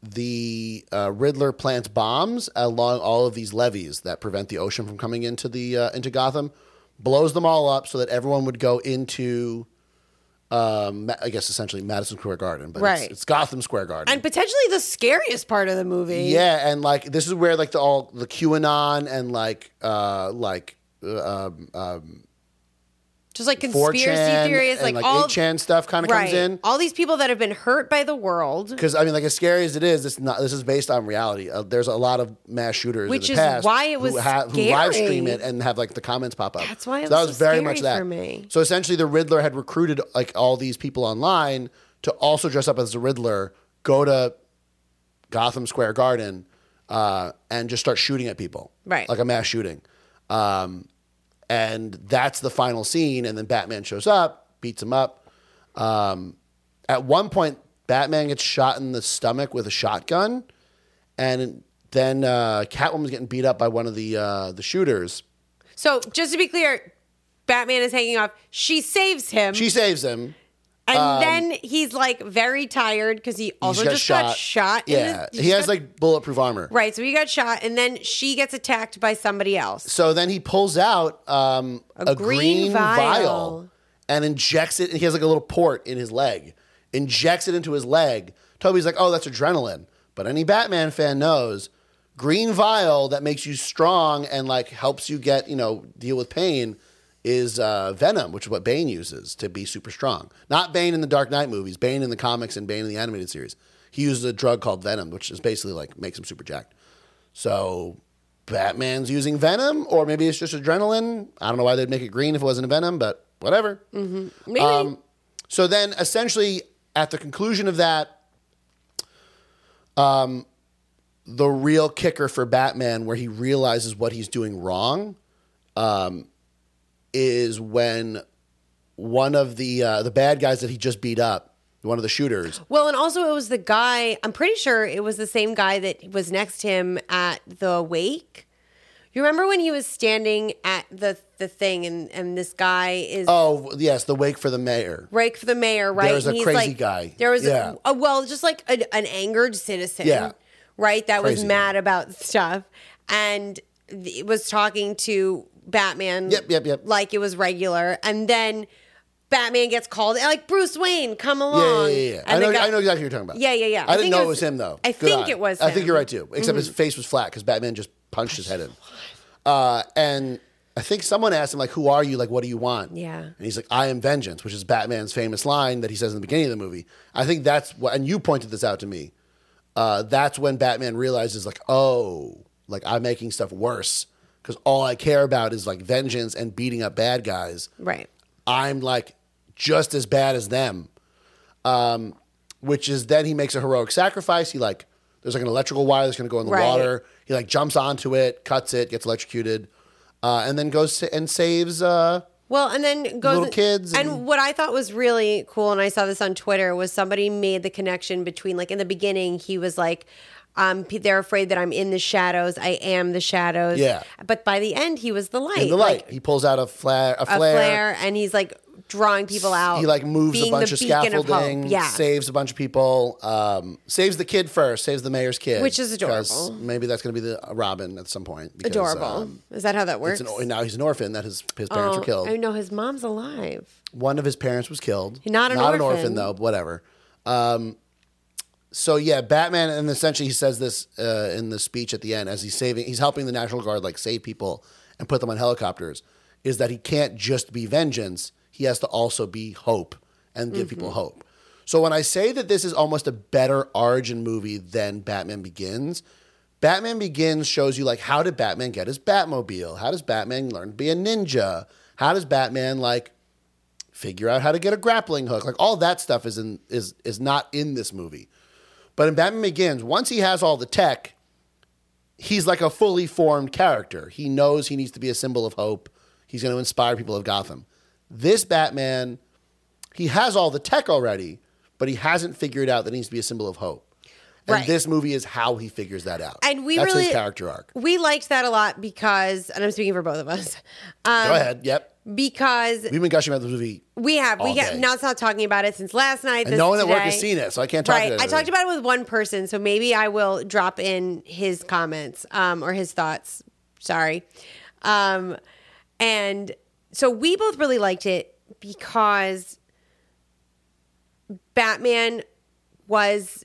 the uh, Riddler plants bombs along all of these levees that prevent the ocean from coming into the uh, into Gotham, blows them all up so that everyone would go into, um, Ma- I guess essentially Madison Square Garden, but
Right.
it's, it's Gotham Square Garden.
and potentially the scariest part of the movie.
yeah, and like this is where like the all the QAnon and like uh like uh, um,
Just like
4chan
conspiracy theories,
and
like,
like
all
8chan stuff kind of
right.
comes in.
All these people that have been hurt by the world,
because I mean, like as scary as it is, this not this is based on reality. Uh, there's a lot of mass shooters,
Which
in
is
the past
why it was
who, who live stream it
scary.
and have like the comments pop up.
That's why it
so that
was
was
so
very
scary
much that.
for me.
So essentially, the Riddler had recruited like all these people online to also dress up as the Riddler, go to Gotham Square Garden, uh, and just start shooting at people,
Right.
Like a mass shooting. Um, and that's the final scene, and then Batman shows up, beats him up. Um, at one point, Batman gets shot in the stomach with a shotgun, and then uh, Catwoman's getting beat up by one of the uh, the shooters.
so just to be clear, Batman is hanging off. She saves him,
She saves him.
and
Um,
then he's like very tired because he also
got
just got shot. in
Yeah,
the-
he has
got-
like bulletproof armor.
right. So he got shot, and then she gets attacked by somebody else.
So then he pulls out um, a, green,
green
vial.
vial.
and injects it. And he has like a little port in his leg, injects it into his leg. Toby's like, oh, that's adrenaline. But any Batman fan knows green vial that makes you strong and like helps you get, you know, deal with pain is uh, venom, which is what Bane uses to be super strong. Not Bane in the Dark Knight movies, Bane in the comics and Bane in the animated series. He uses a drug called venom, which is basically like makes him super jacked. So Batman's using venom, or maybe it's just adrenaline. I don't know why they'd make it green if it wasn't venom, but whatever.
Mm-hmm.
Um,
Maybe
So then, essentially, at the conclusion of that, um, the real kicker for Batman, where he realizes what he's doing wrong, um, is when one of the uh, the bad guys that he just beat up, one of the shooters,
Well, and also it was the guy, I'm pretty sure it was the same guy that was next to him at the wake. You remember when he was standing at the the thing and, and this guy is
oh yes, the wake for the mayor.
right for the mayor, right?
There was
And
a
he's
crazy
like-
guy.
There was
Yeah.
a, well, just like an, an angered citizen,
Yeah.
right? That was
Crazy
mad
guy.
about stuff and th- was talking to Batman.
Yep, yep, yep.
Like it was regular, and then Batman gets called like Bruce Wayne, come
Yeah, yeah,
along.
yeah. yeah.
And
I
the
know,
guy-
I know exactly what you're talking about.
Yeah, yeah, yeah.
I,
I
didn't
think
know
it
it was
was-
him though.
I
Good
think
eye.
it was
I think
him. Mm-hmm.
you're right too. Except his face was flat because Batman just punched his head in. Uh, and I think someone asked him like, "Who are you? Like, what do you want?"
Yeah.
And he's like, "I am vengeance," which is Batman's famous line that he says in the beginning of the movie. I think that's what. And you pointed this out to me uh, that's when Batman realizes, like, oh, like I'm making stuff worse because all I care about is like vengeance and beating up bad guys.
Right.
I'm like just as bad as them. Um, which is then he makes a heroic sacrifice. He like there's like an electrical wire that's gonna go in the
Right.
water. He like jumps onto it, cuts it, gets electrocuted, uh, and then goes to, and saves. Uh,
Well, and then goes
Little kids
And,
and-
what I thought was really cool, and I saw this on Twitter, was somebody made the connection between like in the beginning he was like, um, pe- they're afraid that I'm in the shadows. I am the shadows.
Yeah.
But by the end, he was the light.
in the
like,
light, he pulls out a flare. A
a
flare.
flare, and he's like drawing people out.
He like moves a
being the
bunch of
beacon hope.
scaffolding,
yeah.
saves a bunch of people, um, saves the kid first, saves the mayor's kid,
Which is
'cause
adorable.
Maybe that's going to be the uh, Robin at some point. because,
Adorable.
um,
is that how that works? Oh,
it's an, or- now he's an orphan that his his parents were killed.
I know his mom's alive.
One of his parents was killed.
Not an
orphan.
orphan.
though. But whatever. Um, so yeah, Batman, and essentially he says this uh, in the speech at the end as he's saving, he's helping the National Guard like save people and put them on helicopters. Is that he can't just be vengeance; he has to also be hope and
Mm-hmm.
give people hope. So when I say that this is almost a better origin movie than Batman Begins, Batman Begins shows you like how did Batman get his Batmobile? How does Batman learn to be a ninja? How does Batman like figure out how to get a grappling hook. Like all that stuff is in is is not in this movie. But in Batman Begins, once he has all the tech, he's like a fully formed character. He knows he needs to be a symbol of hope. He's going to inspire people of Gotham. This Batman, he has all the tech already, but he hasn't figured out that he needs to be a symbol of hope. And
Right.
this movie is how he figures that out.
And we
That's
really
his character arc.
We liked that a lot because, and I'm speaking for both of us, um,
Go ahead. Yep.
because
We've been gushing about this movie.
we have we
All
have
day.
now not talking about it since last night.
And
this
no one at work has
today.
seen it, so I can't talk
Right,
about it.
I talked about it with one person, so maybe I will drop in his comments um, or his thoughts. Sorry, um, and so we both really liked it because Batman was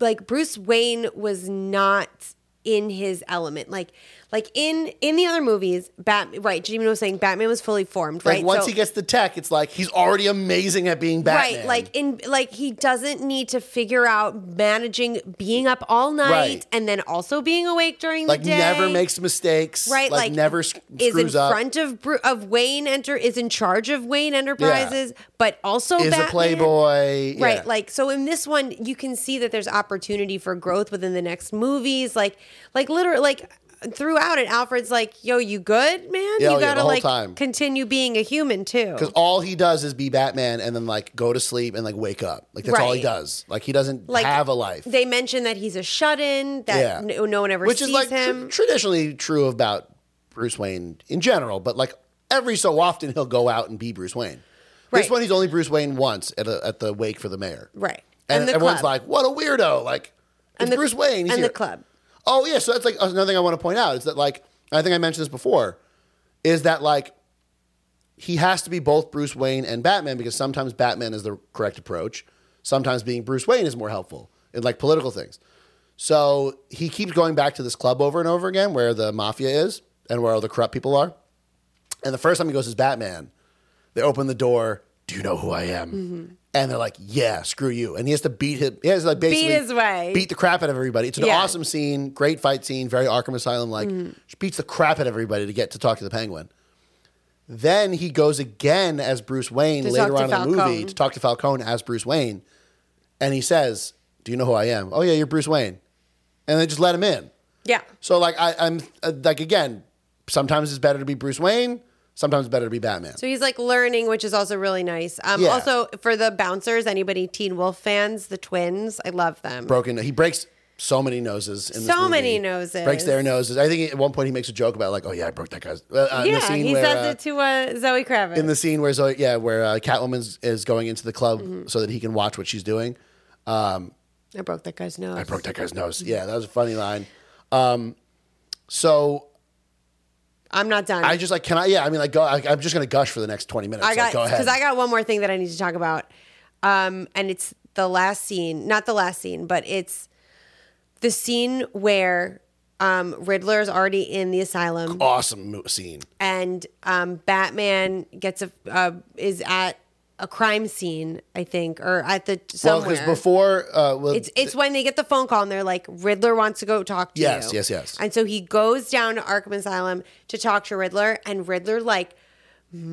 like Bruce Wayne was not in his element. Like like in in the other movies, Bat right, Jimmy was saying Batman was fully formed,
Like
right?
once
So-
he gets the tech, it's like he's already amazing at being Batman.
Right, like in like he doesn't need to figure out managing being up all night
Right.
and then also being awake during
like
the day.
never makes mistakes.
right,
like, never sc-
is
screws
in
up.
front of Bru- of Wayne enter is in charge of Wayne Enterprises, but also
is
Batman.
a playboy.
Right,
yeah.
like so in this one you can see that there's opportunity for growth within the next movies. Like like literally like throughout it Alfred's like, "Yo, you good,
Yeah,
man?
oh, yeah,
you
the
got to
whole
like
time.
continue being a human too."
because all he does is be Batman and then like go to sleep and like wake up. Like that's all he
Right.
does. Like he doesn't
Like,
have a life.
They mention that he's a shut-in
yeah,
that no, no one ever
which
sees
is like tr-
him.
traditionally true about Bruce Wayne in general, but like every so often he'll go out and be Bruce Wayne. This
Right.
one he's only Bruce Wayne once at a, at the wake for the mayor.
Right.
and,
And the
everyone's like,
club.
"What a weirdo!" Like it's
And the-
Bruce Wayne he's
and the
here.
club.
Oh yeah, so that's like another thing I want to point out is that like I think I mentioned this before, is that like he has to be both Bruce Wayne and Batman because sometimes Batman is the correct approach, sometimes being Bruce Wayne is more helpful in like political things. So he keeps going back to this club over and over again where the mafia is and where all the corrupt people are. And the first time he goes as Batman, they open the door. Do you know who I am?
Mm-hmm.
And they're like, "Yeah, screw you." And he has to beat him. He has to like basically
his way.
beat the crap out of everybody. It's an
Yeah. Mm-hmm.
awesome scene, great fight scene, very Arkham Asylum like. Beats the crap out of everybody to get to talk to the Penguin. Then he goes again as Bruce Wayne
To
later
talk to
on in the movie
Falcone.
to talk to Falcone as Bruce Wayne, and he says, "Do you know who I am?" "Oh yeah, you're Bruce Wayne," and they just let him in.
Yeah.
So like I, I'm uh, like again, sometimes it's better to be Bruce Wayne, sometimes it's better to be Batman.
So he's like learning, which is also really nice. Um,
Yeah.
Also, for the bouncers, anybody Teen Wolf fans, the twins, I love them.
broken. He breaks so many noses. In this
So
movie.
many noses.
Breaks their noses. I think he- at one point he makes a joke about like, oh yeah, I broke that guy's. Uh, uh, in
yeah,
the scene
he
where,
says
uh,
it to uh, Zoe Kravitz.
in the scene where Zoe, yeah, where uh, Catwoman is- is going into the club so that he can watch what she's doing.
I broke that guy's nose.
I broke that guy's nose. Yeah, that was a funny line. Um, so
I'm not done.
I just like, can I? Yeah, I mean, like, go. I, I'm just gonna gush for the next 20 minutes.
I
Like,
got
go ahead.
because I got one more thing that I need to talk about, um, and it's the last scene, not the last scene, but it's the scene where um, Riddler is already in the asylum.
awesome mo- scene.
and um, Batman gets a uh, is at a crime scene, I think, or at the
Well,
somewhere.
because before, uh, well,
It's it's when they get the phone call and they're like, Riddler wants to go talk to
Yes,
you.
yes, yes.
And so he goes down to Arkham Asylum to talk to Riddler, and Riddler like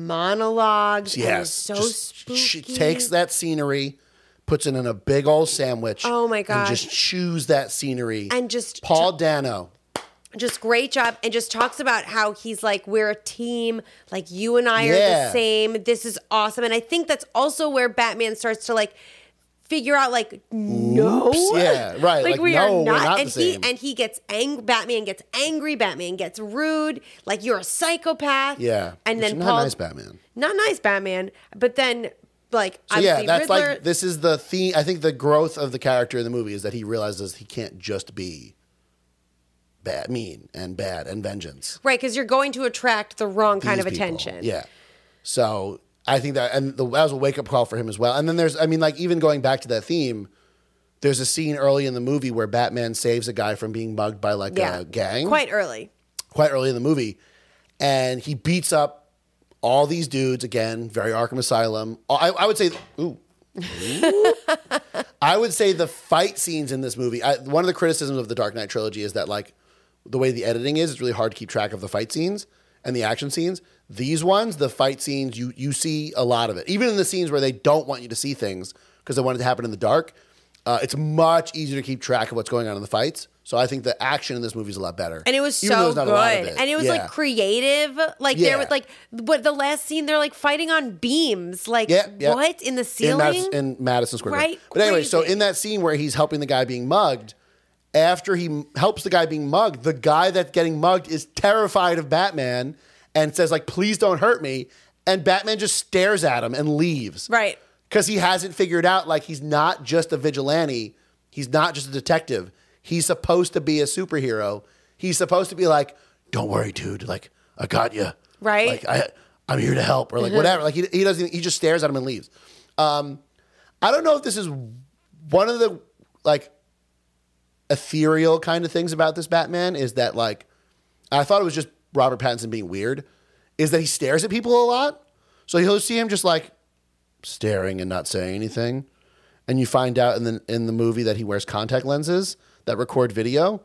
monologues. and is
yes,
so
just
spooky.
ch- takes that scenery, puts it in a big old sandwich.
Oh my
And
gosh.
just chews that scenery
And just-
Paul Dano.
just great job and just talks about how he's like we're a team like you and i are
Yeah.
the same this is awesome and i think that's also where batman starts to like figure out like no
Oops, yeah, right,
[laughs] like,
like,
we
no,
are
we're
not,
not
and
the
he
same.
and he gets angry batman gets angry batman gets rude like you're a psychopath
Yeah,
and
Which
then
not
paul
nice Batman.
not nice batman but then like
So yeah,
obviously
that's
Riddler,
like this is the theme. I think the growth of the character in the movie is that he realizes he can't just be bad, mean, and bad and vengeance.
right because you're going to attract the wrong kind
these
of
people.
attention
Yeah. So I think that, and the, that was a wake up call for him as well. And then there's, I mean, like even going back to that theme, there's a scene early in the movie where Batman saves a guy from being mugged by like
yeah
a gang
quite early
quite early in the movie, and he beats up all these dudes again. Very Arkham Asylum. I, I would say, ooh. Ooh. I would say the fight scenes in this movie. I, one of the criticisms of the Dark Knight trilogy is that like the way the editing is, it's really hard to keep track of the fight scenes and the action scenes. These ones, the fight scenes, you you see a lot of it. Even in the scenes where they don't want you to see things because they want it to happen in the dark, uh, it's much easier to keep track of what's going on in the fights. So I think the action in this movie is a lot better.
And it was
Even though
so
there's not
good.
a lot of
And it was
Yeah.
like creative. Like there
Yeah.
was like what the last scene they're like fighting on beams. Like
Yeah, yeah.
what in the
in
ceiling?
Madison, in Madison Square. Garden.
Right?
But anyway, so
Crazy.
in that scene where he's helping the guy being mugged, after he m- helps the guy being mugged, the guy that's getting mugged is terrified of Batman and says like, "Please don't hurt me." And Batman just stares at him and leaves.
Right.
Because he hasn't figured out like he's not just a vigilante, he's not just a detective. He's supposed to be a superhero. He's supposed to be like, "Don't worry, dude. Like I got you."
Right.
Like
Mm-hmm.
I, I'm here to help, or like whatever. Like he, he doesn't. He just stares at him and leaves. Um, I don't know if this is one of the like ethereal kind of things about this Batman is that like I thought it was just Robert Pattinson being weird. Is that he stares at people a lot? So you'll see him just like staring and not saying anything, and you find out in the in the movie that he wears contact lenses that record video.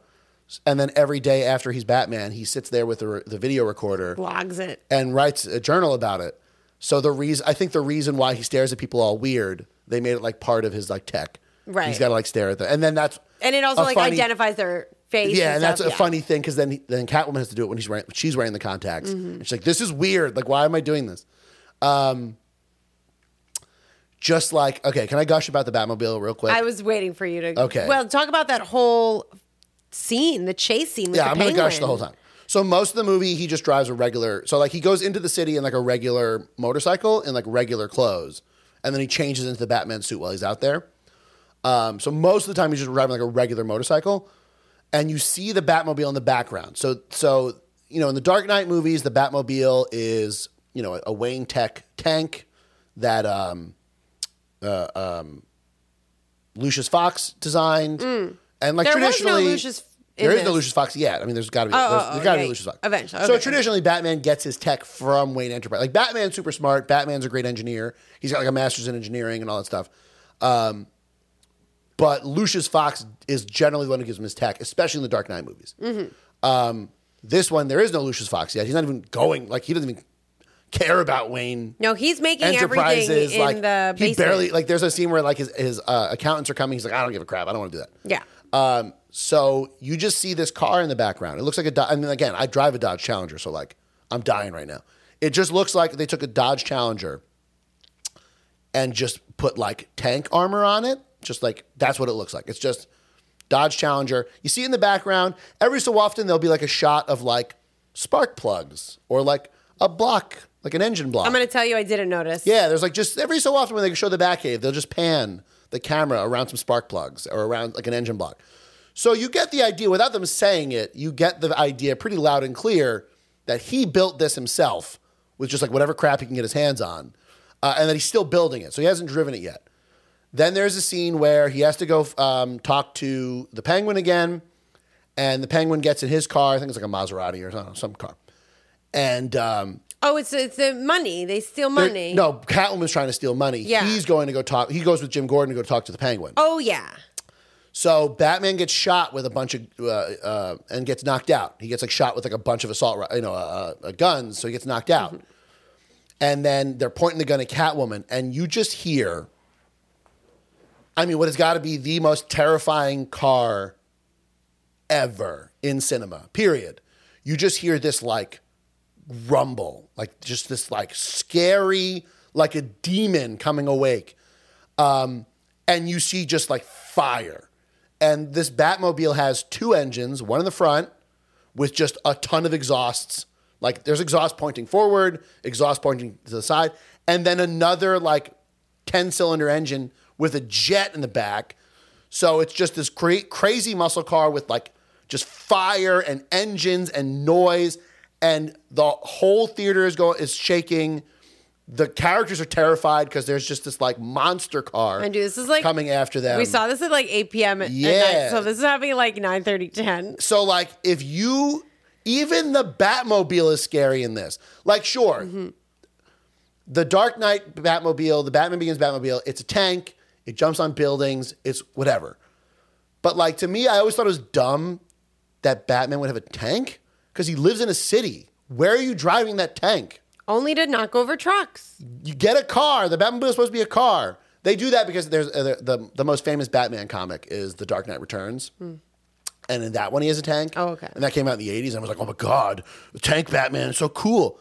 And then every day after he's Batman, he sits there with the, the video recorder
Logs it.
and writes a journal about it. So the reason I think the reason why he stares at people all weird, they made it like part of his like tech.
Right.
He's got to like stare at them, and then that's
And it
a
also like
funny-
identifies their face.
Yeah, and that's
stuff.
a funny thing because then then Catwoman has to do it when she's wearing she's wearing the contacts.
Mm-hmm.
She's like, "This is weird. Like, why am I doing this?" Um, just like okay, can I gush about the Batmobile real quick?
I was waiting for you to
Okay.
Well, talk about that whole scene, the chase scene with
yeah,
the
I'm gonna gush
penguin.
the whole time. So most of the movie, he just drives a regular. So like he goes into the city in like a regular motorcycle in like regular clothes, and then he changes into the Batman suit while he's out there. Um, so most of the time, he's just driving like a regular motorcycle, and you see the Batmobile in the background. So so you know in the Dark Knight movies, the Batmobile is you know a, a Wayne Tech tank that um, uh, Lucius Fox designed, and like
Mm. There was no
traditionally,
Lucius in
there is no
this.
Lucius Fox yet. I mean, there's got to be
Oh,
there's,
oh,
there's got to
okay.
be Lucius Fox
Eventually,
So
okay.
traditionally, Batman gets his tech from Wayne Enterprise. Like Batman's super smart. Batman's a great engineer. He's got like a master's in engineering and all that stuff. Um, but Lucius Fox is generally the one who gives him his tech, especially in the Dark Knight movies.
Mm-hmm.
Um, this one, there is no Lucius Fox yet. He's not even going. Like he doesn't even care about Wayne
No, he's making
enterprises
everything in
like
the
he
basement.
barely like there's a scene where like his, his uh, accountants are coming he's like i don't give a crap i don't want to do that
Yeah.
um, so you just see this car in the background it looks like a Dodge. i mean again i drive a dodge challenger so like i'm dying right now it just looks like they took a dodge challenger and just put like tank armor on it just like that's what it looks like it's just dodge challenger you see it in the background every so often there'll be like a shot of like spark plugs or like a block like an engine block
I'm gonna tell you I didn't notice.
yeah, there's like just every so often when they show the Batcave, they'll just pan the camera around some spark plugs or around like an engine block. So you get the idea without them saying it. You get the idea pretty loud and clear that he built this himself with just like whatever crap he can get his hands on, uh, and that he's still building it. So he hasn't driven it yet. Then there's a scene where he has to go um, talk to the Penguin again, and the Penguin gets in his car. I think it's like a Maserati or something, some car, and um,
Oh, it's it's the money. They steal
They're-
money.
No, Catwoman's trying to steal money.
Yeah.
He's going to go talk. He goes with Jim Gordon to go talk to the Penguin.
Oh yeah.
So Batman gets shot with a bunch of uh, uh, and gets knocked out. He gets like shot with like a bunch of assault, ri- you know, uh, uh, guns. So he gets knocked out. And then they're pointing the gun at Catwoman, and you just hear. I mean, what has got to be the most terrifying car ever in cinema. Period. You just hear this like rumble, like just this like scary, like a demon coming awake and you see just like fire. And this Batmobile has two engines, one in the front with just a ton of exhausts. Like there's exhaust pointing forward, exhaust pointing to the side, and then another like 10 cylinder engine with a jet in the back. So it's just this cra- crazy muscle car with like just fire and engines and noise. And the whole theater is going is shaking. The characters are terrified because there's just this like monster car
And dude, this is like
coming after them.
We saw this at like 8 p.m. At, at
Yeah.
night, so this is happening at like 9 30, 10.
So like if you even the Batmobile is scary in this. Like sure.
Mm-hmm.
The Dark Knight Batmobile, the Batman Begins Batmobile, it's a tank, it jumps on buildings, it's whatever. But like to me I always thought it was dumb that Batman would have a tank cuz he lives in a city. Where are you driving that tank?
Only to knock over trucks.
you get a car. The Batmobile is supposed to be a car. They do that because there's uh, the, the the most famous Batman comic is The Dark Knight Returns. And in that one, he has a tank.
Hmm. Oh, okay.
And that came out in the 80s. And I was like, oh my God, the tank Batman is so cool.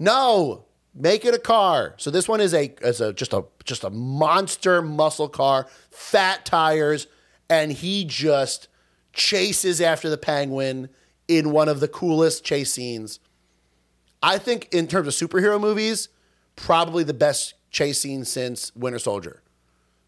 No, make it a car. So this one is a, is a just a just a monster muscle car, fat tires. And he just chases after the penguin in one of the coolest chase scenes I think in terms of superhero movies, probably the best chase scene since Winter Soldier.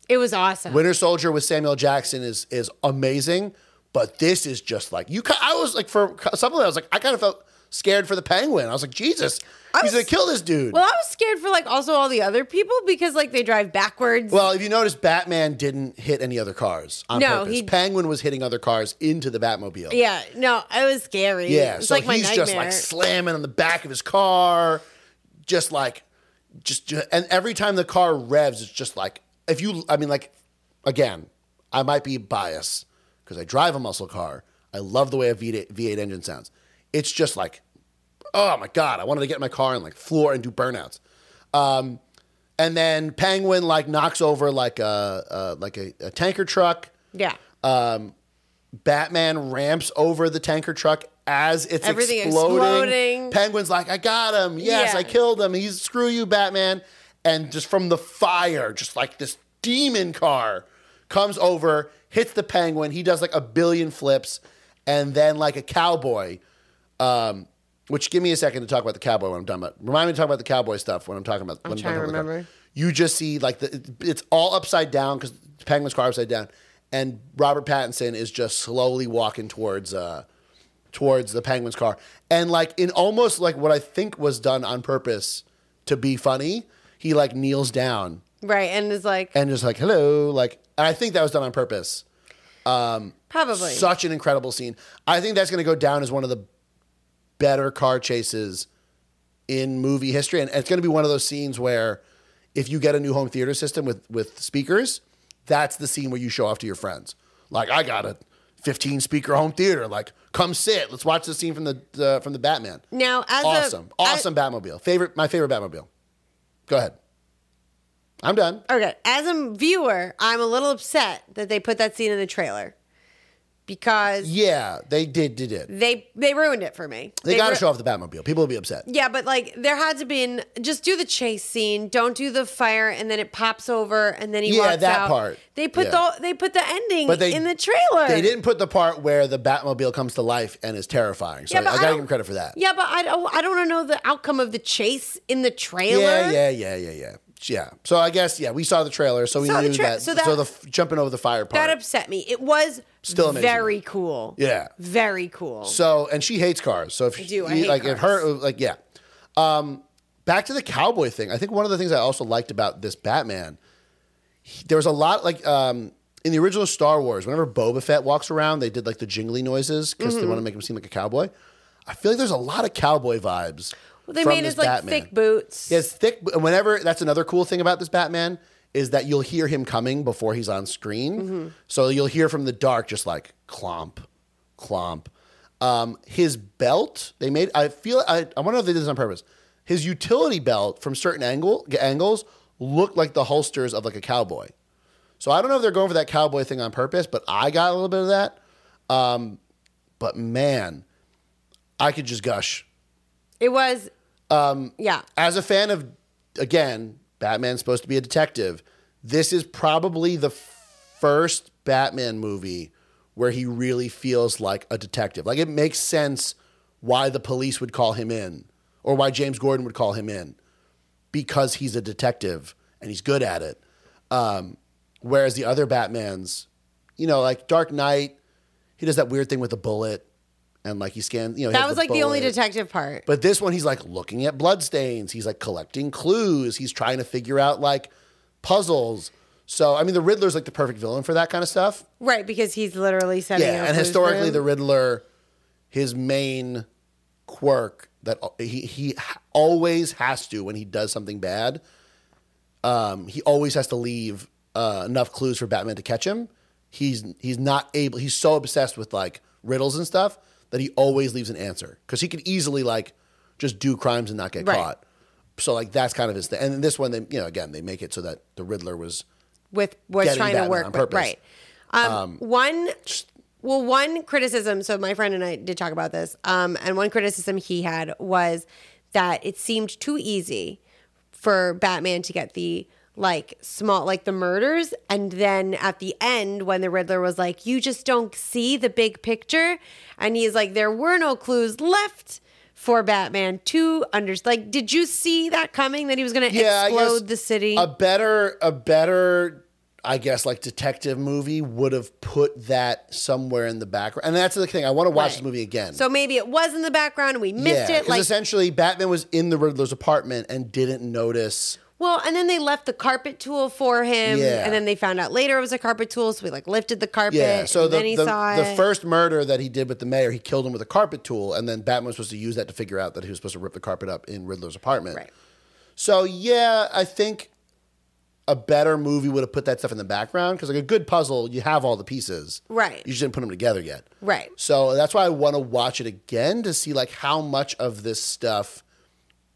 It was awesome.
Winter Soldier with Samuel Jackson is is amazing, but this is just like you. ki- I was like for something I was like I kind of felt scared for the Penguin. I was like Jesus, he's
was-
gonna kill this dude.
well,
Well,
I was scared for like also all the other people because like they drive backwards.
if you notice, Batman didn't hit any other cars on
No,
purpose.
he-
Penguin was hitting other cars into the Batmobile.
yeah, no, it was scary.
Yeah,
it's
so
like my
he's
nightmare.
just like slamming on the back of his car, just like, just, ju- and every time the car revs, it's just like, if you, I mean, like, again, I might be biased because I drive a muscle car. I love the way a V8, V8 engine sounds. It's just like, oh my god, I wanted to get in my car and like floor and do burnouts. Um, and then Penguin like knocks over like a, a like a, a tanker truck.
yeah.
Batman ramps over the tanker truck as it's
Everything
exploding.
exploding.
Penguin's like, I got him. Yes,
Yeah.
I killed him. He's screw you, Batman. And just from the fire, just like this demon car comes over, hits the penguin. He does like a billion flips. And then, like a cowboy, um, which give me a second to talk about the cowboy when I'm done. But remind me to talk about the cowboy stuff when I'm talking about. I'm when
trying to
talking about the
remember.
you just see like the it- it's all upside down because the penguin's car upside down, and Robert Pattinson is just slowly walking towards uh towards the penguin's car, and like in almost like what I think was done on purpose to be funny, he like kneels down
Right. And it's like
and just like hello, like and I think that was done on purpose. Um,
probably.
Such an incredible scene. I think that's going to go down as one of the better car chases in movie history, and it's going to be one of those scenes where if you get a new home theater system with with speakers, that's the scene where you show off to your friends. Like I got a 15 speaker home theater. Like come sit. Let's watch the scene from the uh, from the Batman.
Now, as a-
awesome,
I-
awesome Batmobile. Favorite my favorite Batmobile. Go ahead. I'm done.
Okay. As a viewer, I'm a little upset that they put that scene in the trailer because
Yeah, they did did it.
they they ruined it for me.
They, got to
ru-
show off the Batmobile. People will be upset.
Yeah, but like there had to been just do the chase scene. Don't do the fire, and then it pops over, and then he
Yeah,
walks
that
out.
part.
They put
Yeah.
the they put the ending
But they-
in the trailer.
They didn't put the part where the Batmobile comes to life and is terrifying. So
Yeah,
I
but I
gotta
don't-
give him credit for that.
Yeah, but I don't I don't know the outcome of the chase in the trailer.
yeah, yeah, yeah, yeah, yeah. Yeah. So I guess yeah, we saw the trailer, so we
Saw the
knew
tra-
that. So,
so that-
the f- jumping over the fire part.
That upset me. It was
Still amazing.
very cool.
Yeah.
very cool.
so and she hates cars. So if I
do, I hate
like if her
cars.
like yeah. Um, back to the cowboy thing. I think one of the things I also liked about this Batman, he- there was a lot like um, in the original Star Wars. Whenever Boba Fett walks around, they did
Mm-hmm.
like the jingly noises because they want to make him seem like a cowboy. I feel like there's a lot of cowboy vibes
What they
from
made
this
is like
Batman.
thick boots.
He has thick. and Whenever that's another cool thing about this Batman is that you'll hear him coming before he's on screen. So you'll hear from the dark just like clomp, clomp. Um, his belt they made. I feel. I, I wonder if they did this on purpose. His utility belt from certain angle angles looked like the holsters of like a cowboy. So I don't know if they're going for that cowboy thing on purpose, but I got a little bit of that. Um, but man, I could just gush
It was. Um, yeah.
as a fan of again batman's supposed to be a detective this is probably the first batman movie where he really feels like a detective like it makes sense why the police would call him in or why james gordon would call him in because he's a detective and he's good at it um, whereas the other batmans you know like dark knight he does that weird thing with a bullet and like he scans you know he
That
has
was like the only
bullet.
detective part.
But this one, he's like looking at bloodstains. He's like collecting clues. He's trying to figure out like puzzles. So I mean, the Riddler's like the perfect villain for that kind of stuff.
right, because he's literally setting
Yeah, and
up Blue's
historically,
room.
the Riddler, his main quirk that he he always has to when he does something bad, um, he always has to leave uh, enough clues for Batman to catch him. He's he's not able. He's so obsessed with like riddles and stuff that he always leaves an answer because he could easily like just do crimes and not get
Right.
caught. So like that's kind of his thing. And in this one, they you know again they make it so that the Riddler was
with was
getting
trying
Batman
to work
on
with,
purpose.
right. Um, one well, one criticism. So my friend and I did talk about this, um, and one criticism he had was that it seemed too easy for Batman to get the like small like the murders and then at the end when the riddler was like you just don't see the big picture and he's like there were no clues left for batman to under like did you see that coming that he was going to
yeah, I
explode
guess
the city
A better, a better, I guess, like detective movie would have put that somewhere in the background. And that's the thing. I want to watch
Right.
this movie again.
So maybe it was in the background and we missed
yeah,
it.
'cause
Like,
essentially, Batman was in the Riddler's apartment and didn't notice.
well, and then they left the carpet tool for him,
Yeah.
and then they found out later it was a carpet tool, so we like lifted the carpet.
Yeah, so
and
the
then he
the,
saw
the
it.
first murder that he did with the mayor, he killed him with a carpet tool, and then Batman was supposed to use that to figure out that he was supposed to rip the carpet up in Riddler's apartment.
Right.
So yeah, I think a better movie would have put that stuff in the background because like a good puzzle, you have all the pieces.
Right.
You just didn't put them together yet.
Right.
So that's why I want to watch it again to see like how much of this stuff,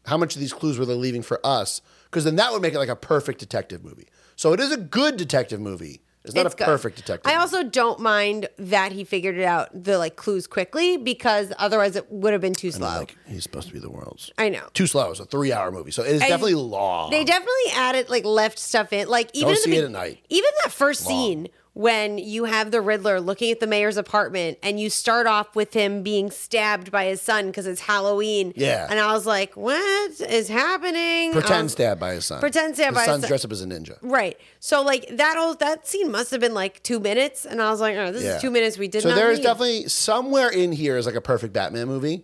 how much of these clues were they leaving for us? Because then that would make it like a perfect detective movie. So it is a good detective movie. It's not a
good.
perfect detective.
I
movie.
also don't mind that he figured it out the like clues quickly because otherwise it would have been too slow.
like he's supposed to be the world's.
I know.
Too slow. It's a three-hour movie, so it is definitely long.
They definitely added like left stuff in. Like even
Don't
in the
see it
be-
at night.
Even that first
Long.
scene when you have the Riddler looking at the mayor's apartment and you start off with him being stabbed by his son because it's Halloween.
Yeah.
And I was like, what is happening? I
pretend
was-
stabbed by his son.
um, Pretend
his
stabbed by his
son's
son.
dressed up as a ninja.
Right. So like that old that scene must have been like two minutes, and I was like, oh, this
Yeah.
is two minutes we did.
So
not
there is
need.
definitely somewhere in here is like a perfect Batman movie.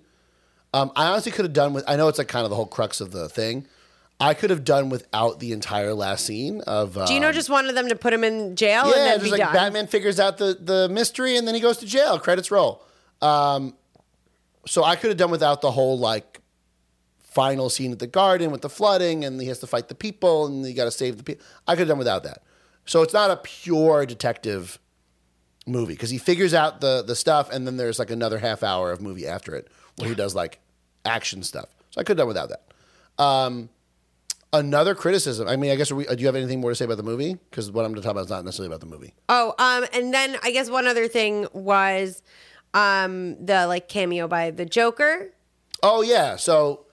Um, I honestly could have done with. I know it's like kind of the whole crux of the thing. I could have done without the entire last scene of. Um,
Gino just wanted them to put him in jail Oh, and
yeah,
then
just
be
like
done.
Batman figures out the the mystery and then he goes to jail. Credits roll. Um, so I could have done without the whole like final scene at the garden with the flooding and he has to fight the people and you got to save the people. I could have done without that. So it's not a pure detective movie because he figures out the the stuff and then there's like another half hour of movie after it where he does like action stuff. So I could have done without that. Um, another criticism. I mean, I guess are we, uh, do you have anything more to say about the movie? Because what I'm going to talk about is not necessarily about the movie.
Oh, um, and then I guess one other thing was um the like cameo by the Joker.
Oh yeah, so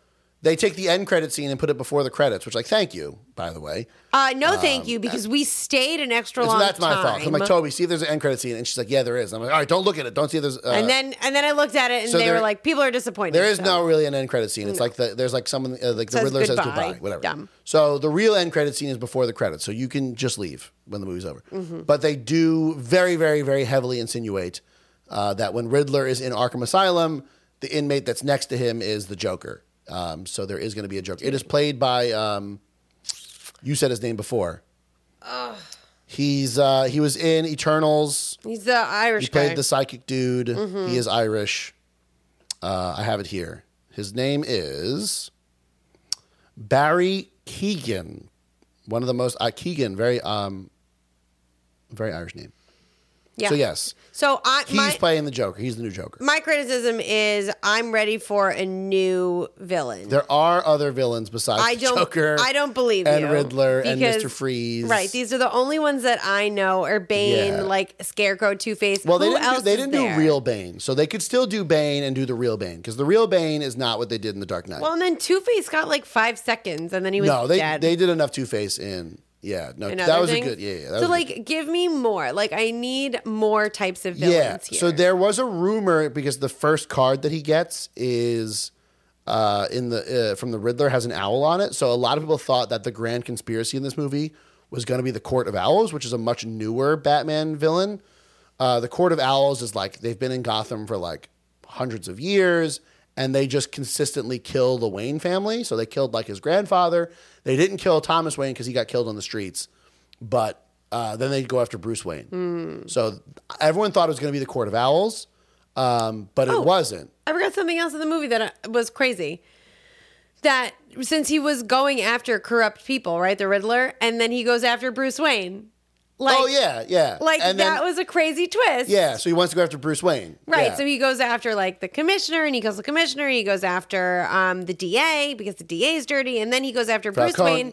they take the end credit scene and put it before the credits, which like thank you by the way.
Uh, no, thank you, because we stayed an extra
So
long
Um, that's my
time.
fault. I'm like Toby, see if there's an end credit scene, and she's like, yeah, there is. I'm like, all right, don't look at it. Don't see if there's. Uh,
and then and then I looked at it, and
So
they were
there-
like, people are disappointed.
there is
so.
no really an end credit scene. It's like the, there's like someone uh, like the
Says
Riddler says
goodbye.
goodbye, whatever.
Dumb.
So the real end credit scene is before the credits, so you can just leave when the movie's over.
Mm-hmm.
But they do very, very, very heavily insinuate uh, that when Riddler is in Arkham Asylum, the inmate that's next to him is the Joker. Um, so there is going to be a Joker. It is played by. Um, you said his name before. He's uh, he was in Eternals.
He's the Irish
He played
guy.
the psychic dude.
Mm-hmm.
He is Irish. Uh, I have it here. His name is Barry Keegan, one of the most uh, Keegan, very um, very Irish name.
Yeah.
So yes,
So I
he's
my,
playing the Joker. He's the new Joker.
my criticism is I'm ready for a new villain.
There are other villains besides
I
the
don't.
Joker.
I don't believe
and
you.
Riddler and
Because-
Mr. Freeze.
Right. These are the only ones that I know. Or Bane,
Yeah.
like Scarecrow, Two Face.
Well, they
Who
didn't, do,
else
they
is
didn't
there?
do real Bane, so they could still do Bane and do the real Bane because the real Bane is not what they did in the Dark Knight.
Well, and then Two Face got like five seconds, and then he was
no, they
dead.
they did enough Two Face in. Yeah, no,
and
that
other
was
things.
a good. Yeah, yeah that was
so
a
like,
good-
give me more. Like, I need more types of villains here.
So there was a rumor because the first card that he gets is uh, in the uh, from the Riddler has an owl on it. So a lot of people thought that the grand conspiracy in this movie was going to be the Court of Owls, which is a much newer Batman villain. Uh, the Court of Owls is like they've been in Gotham for like hundreds of years. And they just consistently kill the Wayne family. So they killed like his grandfather. They didn't kill Thomas Wayne because he got killed on the streets, but uh, then they go after Bruce Wayne.
Hmm.
So everyone thought it was going to be the Court of Owls, um, but
Oh,
it wasn't.
I forgot something else in the movie that uh, was crazy. That since he was going after corrupt people, right, the Riddler, and then he goes after Bruce Wayne. Like,
oh yeah, yeah.
like
And then-
that was a crazy twist.
yeah. So he wants to go after Bruce Wayne,
Right.
Yeah.
So he goes after like the commissioner and he goes to the commissioner, and he goes after um, the DA because the DA is dirty, and then he goes after Bruce
Falcone-
Wayne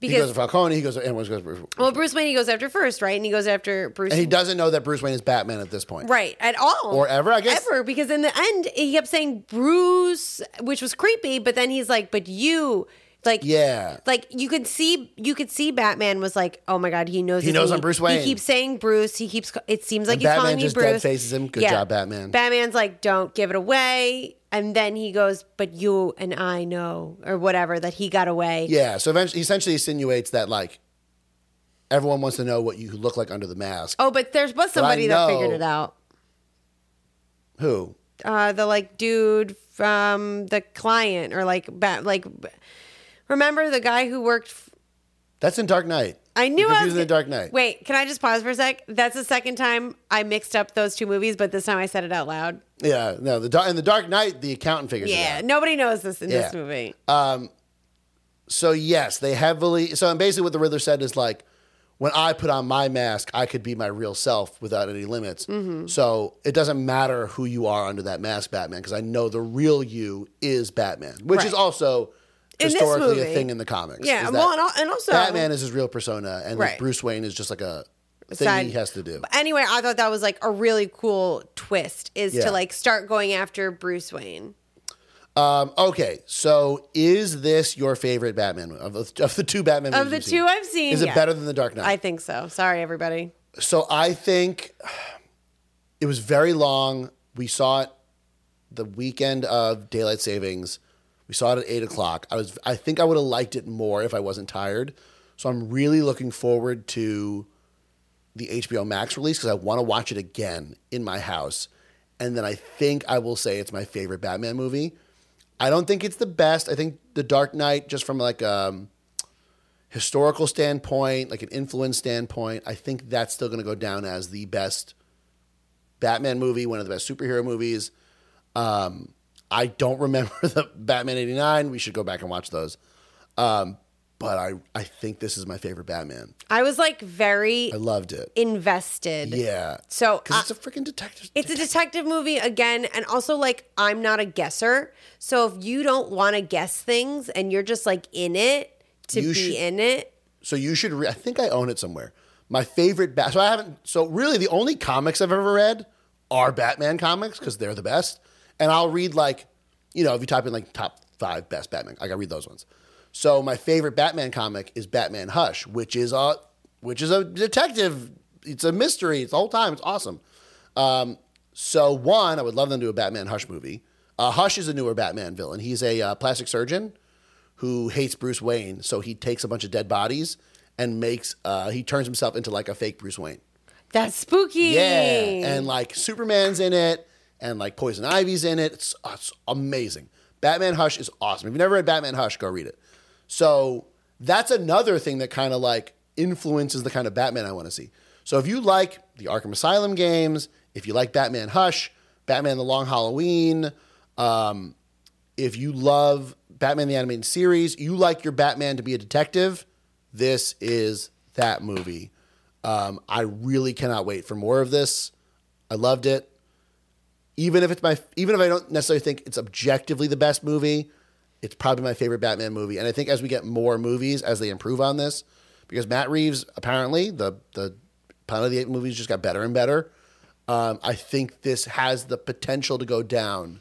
he goes to
because
Falcone. He goes and goes to Bruce.
well, Bruce Wayne he goes after first, right? And he goes after Bruce
and he doesn't know that Bruce Wayne is Batman at this point.
Right, at all.
Or ever, I guess.
Ever, because in the end, he kept saying Bruce, which was creepy, but then he's like, but you, like,
Yeah.
Like you could see, you could see Batman was like, "Oh my God, he knows."
He
his
knows
name.
I'm Bruce Wayne.
He keeps saying Bruce. He keeps. ca- It seems like
And
he's
Batman
calling me
just
Bruce.
deadfaces him. Good job, Batman.
Batman's like, "Don't give it away." And then he goes, "But you and I know, or whatever, that he got away."
Yeah. So eventually, he essentially insinuates that like everyone wants to know what you look like under the mask.
Oh, but there was somebody that
know-
figured it out.
Who?
uh, the like dude from the client or like ba- like b- remember the guy who worked f-
That's in Dark Knight.
I knew
You're
I was
confusing the
gonna-
Dark Knight.
Wait, can I just pause for a sec? That's the second time I mixed up those two movies, but this time I said it out loud.
Yeah. No. The Dar- in the Dark Knight, the accountant figures it out.
Yeah, nobody knows this in this
Yeah.
movie.
So yes, they heavily. So and basically, what the Riddler said is like, when I put on my mask, I could be my real self without any limits.
Mm-hmm.
So it doesn't matter who you are under that mask, Batman, because I know the real you is Batman, which is
Right.
also
In this
historically a
movie.
thing in the comics.
Yeah,
is
well,
that
and al- and also-
Batman is his real persona, and
Right.
Bruce Wayne is just like a thing
Side-
he has to do.
But anyway, I thought that was like a really cool twist is
Yeah.
to like start going after Bruce Wayne.
Um, okay, so is this your favorite Batman movie? of the, of the two Batman
Of
movies
the
you've
two I've seen,
Is it
yeah.
better than the Dark Knight?
I think so. Sorry, everybody.
so I think it was very long. We saw it the weekend of daylight savings. We saw it at eight o'clock. I was I think I would have liked it more if I wasn't tired. So I'm really looking forward to the HBO Max release because I want to watch it again in my house. And then I think I will say it's my favorite Batman movie. I don't think it's the best. I think The Dark Knight, just from like um, historical standpoint, like an influence standpoint, I think that's still going to go down as the best Batman movie, one of the best superhero movies. Um, I don't remember [laughs] the Batman '89. We should go back and watch those. Um, but I, I think this is my favorite Batman.
I was like very
I loved it.
invested.
yeah.
So
because
I-
it's a freaking detective.
It's a detective movie again, and also like I'm not a guesser, so if you don't want to guess things and you're just like in it to
You
be
should-
in it,
So you should. Re- I think I own it somewhere. My favorite. Bat. so I haven't. So really, the only comics I've ever read are Batman comics because they're the best. And I'll read like, you know, if you type in like top five best Batman, like I read those ones. So my favorite Batman comic is Batman Hush, which is a which is a detective. It's a mystery. It's the whole time. It's awesome. Um, so one, I would love them to do a Batman Hush movie. Uh, Hush is a newer Batman villain. He's a uh, plastic surgeon who hates Bruce Wayne, so he takes a bunch of dead bodies and makes uh, he turns himself into like a fake Bruce Wayne.
that's spooky.
Yeah, and like Superman's in it, and like Poison Ivy's in it. It's, uh, it's amazing. Batman Hush is awesome. If you've never read Batman Hush, go read it. So that's another thing that kind of like influences the kind of Batman I want to see. So if you like the Arkham Asylum games, if you like Batman Hush, Batman the Long Halloween, um, if you love Batman the Animated Series. You like your Batman to be a detective. This is that movie. Um, I really cannot wait for more of this. I loved it. Even if it's my, even if I don't necessarily think it's objectively the best movie, it's probably my favorite Batman movie. And I think as we get more movies, as they improve on this, because Matt Reeves apparently the the Planet of the Apes movies just got better and better. Um, I think this has the potential to go down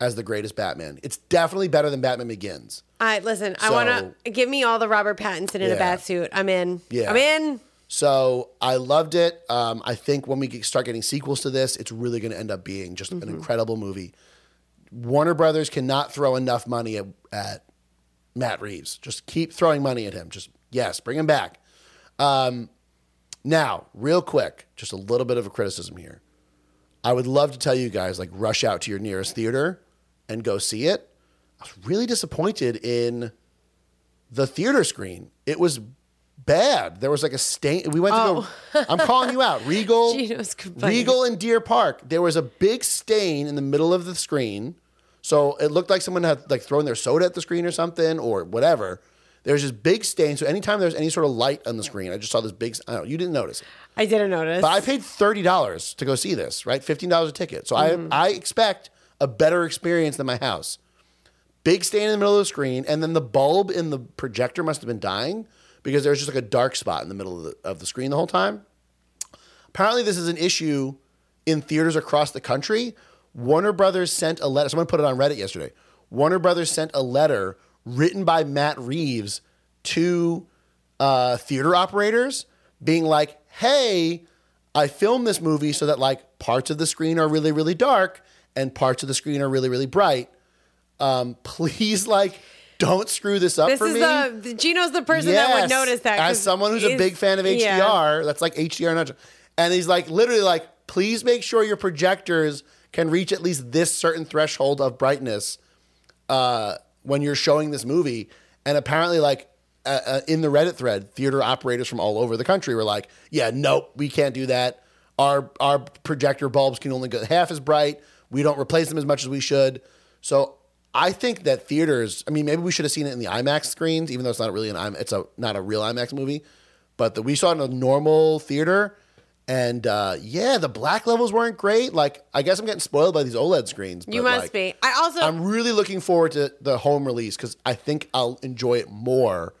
as the greatest Batman. It's definitely better than Batman Begins.
I listen. I want to give me all the Robert Pattinson in
Yeah.
a bat suit. I'm in.
Yeah.
I'm in.
So I loved it. Um, I think when we get- start getting sequels to this, it's really going to end up being just an incredible movie. Warner Brothers cannot throw enough money at, at Matt Reeves. Just keep throwing money at him. Just yes, bring him back. Um, now, real quick, just a little bit of a criticism here. I would love to tell you guys like rush out to your nearest theater and go see it. I was really disappointed in the theater screen. It was bad. There was like a stain. We went to go. I'm calling you out. Regal,
Gino's complaining.
Regal in Deer Park. There was a big stain in the middle of the screen, so it looked like someone had like thrown their soda at the screen or something or whatever. There's this big stain. So anytime there's any sort of light on the screen, I just saw this big. I don't know, you didn't notice. it.
I didn't notice.
But I paid thirty dollars to go see this, right? Fifteen dollars a ticket. So I I expect a better experience than my house. Big stain in the middle of the screen, and then the bulb in the projector must have been dying because there was just like a dark spot in the middle of the, of the screen the whole time. Apparently, this is an issue in theaters across the country. Warner Brothers sent a letter. Someone put it on Reddit yesterday. Warner Brothers sent a letter written by Matt Reeves to uh, theater operators, being like, "Hey, I filmed this movie so that like parts of the screen are really really dark and parts of the screen are really really bright. Um, [laughs] please like." Don't screw this up
this
for
is
me.
the, the Gino's the person that would
Yes.
notice that. 'cause
As someone who's a
he's-
big fan of HDR,
yeah.
that's like HDR, not, and he's like literally like, please make sure your projectors can reach at least this certain threshold of brightness uh, when you're showing this movie. And apparently, like uh, uh, in the Reddit thread, theater operators from all over the country were like, "Yeah, nope, we can't do that. Our our projector bulbs can only go half as bright. We don't replace them as much as we should." So I think that theaters. I mean, maybe we should have seen it in the IMAX screens, even though it's not really an IMAX. It's a not a real IMAX movie, but the, we saw it in a normal theater. And uh, yeah, the black levels weren't great. Like, I guess I'm getting spoiled by these OLED screens.
You
but,
must
like,
be. I also
I'm really looking forward to the home release because I think I'll enjoy it more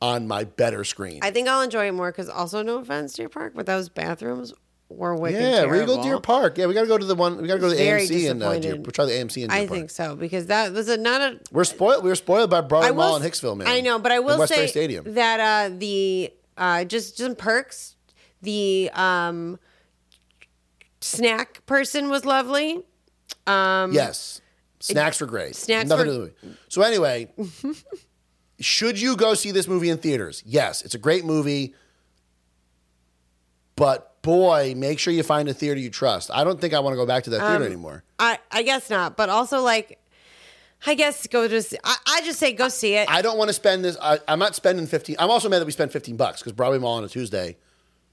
on my better screen.
I think I'll enjoy it more because also no offense, Deer Park, but those bathrooms were wicked.
yeah,
terrible.
Regal Deer Park. Yeah, we gotta go to the one. We gotta go to the
Very
AMC and uh, Deer,
disappointed.
we'll try the AMC and Deer
I
Park.
think so because that was a, not a.
We're spoiled. We were spoiled by Broadway
I
Mall
will.
and Hicksville, man.
I know, but I
and
will
Mm. Westbury
say
Stadium.
that uh, the uh, just just perks. The um, snack person was lovely.
yes, snacks were great.
um, Snacks
Nothing
were-
to do with the movie. So
[laughs]
anyway, should you go see this movie in theaters? Yes, it's a great movie. But boy, make sure you find a theater you trust. I don't think I want to go back to that
Um,
theater anymore.
I I guess not, but also like, I guess go just. I, I just say go see it.
I don't want to spend this. I, I'm not spending 15. I'm also mad that we spent 15 bucks because Broadway Mall on a Tuesday.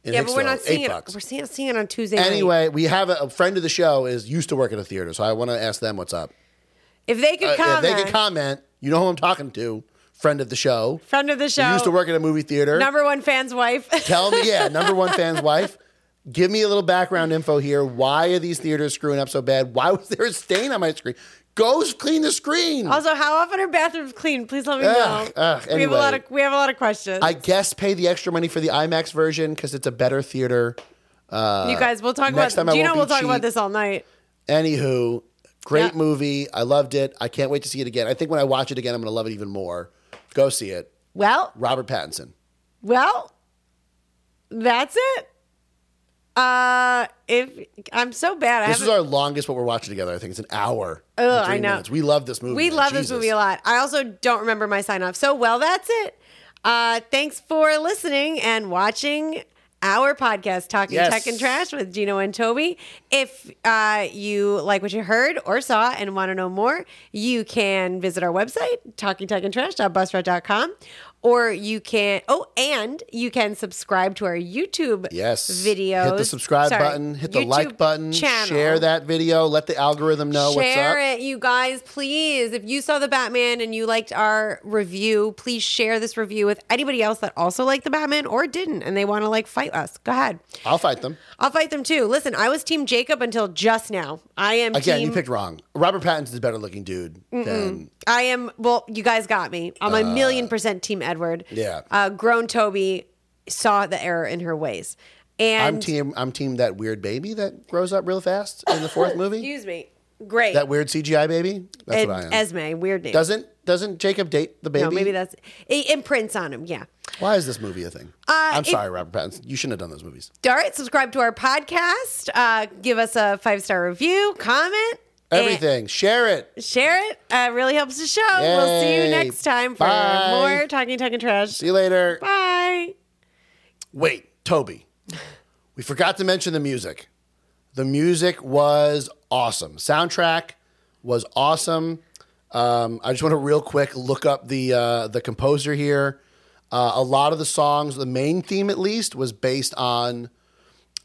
In
yeah, but we're
Hicksville,
not seeing
eight
it.
bucks.
We're seeing, seeing it on Tuesday. night.
Anyway, we have a, a friend of the show is used to work at a theater, so I want to ask them what's up.
if they could
Uh,
comment,
If they could comment, you know who I'm talking to, friend of the show.
friend of the show,
who used to work at a movie theater.
number one fan's wife. [laughs]
Tell me, yeah, number one fan's [laughs] wife. Give me a little background info here. Why are these theaters screwing up so bad? Why was there a stain on my screen? Go clean the screen.
Also, how often are bathrooms clean? Please let me
Ugh,
know.
ugh,
We have a lot
anyway.
of we have a lot of questions.
I guess pay the extra money for the IMAX version because it's a better theater. Uh,
you guys, we'll talk
next
about
time I
Gino.
won't be
We'll talk
cheap.
about this all night.
Anywho, great
Yeah.
movie. I loved it. I can't wait to see it again. I think when I watch it again, I'm going to love it even more. Go see it.
Well,
Robert Pattinson.
well, that's it. Uh, if I'm so bad, I
This is
haven't-
our longest what we're watching together. I think it's an hour. and
Ugh,
three
I know.
minutes. We love this movie.
we
man.
love this
Jesus.
movie a lot. I also don't remember my sign off. So well, that's it. Uh, thanks for listening and watching our podcast, Talking
Yes.
Tech and Trash with Gino and Toby. If uh, you like what you heard or saw and want to know more, you can visit our website, talkingtechandtrash.buzzsprout.com, Or you can, oh, and you can subscribe to our YouTube
Yes.
videos.
Hit the subscribe
Sorry,
button. Hit the
YouTube
like button.
channel.
Share that video. Let the algorithm know
share
Oh, what's up.
it, you guys. Please, if you saw the Batman and you liked our review, please share this review with anybody else that also liked the Batman or didn't, and they want to like fight us. Go ahead,
I'll fight them.
I'll fight them too. Listen, I was Team Jacob until just now. I am
Again,
team,
you picked wrong. Robert Pattinson's a better looking dude than
I am. Well, you guys got me. I'm
Uh,
a million percent Team Edward.
yeah.
Uh, grown Toby saw the error in her ways, and
I'm team I'm team that weird baby that grows up real fast in the
[laughs]
fourth movie.
excuse me. Great.
That weird CGI baby? That's
and
what I am.
Esme, weird name.
doesn't doesn't Jacob date the baby?
no, maybe that's it imprints on him. Yeah.
Why is this movie a thing? I'm
if-
sorry, Robert Pattinson. You shouldn't have done those movies.
All right, subscribe to our podcast. Uh, give us a five star review, comment, and
Everything. share it.
share it. Uh, really helps the show. We'll see you
Yay.
next time for
Bye.
more talking, talking trash.
See you later.
Bye.
Wait, Toby. We forgot to mention the music. The music was awesome. Soundtrack was awesome. Um, I just want to real quick look up the uh, the composer here. Uh, a lot of the songs, the main theme at least, was based on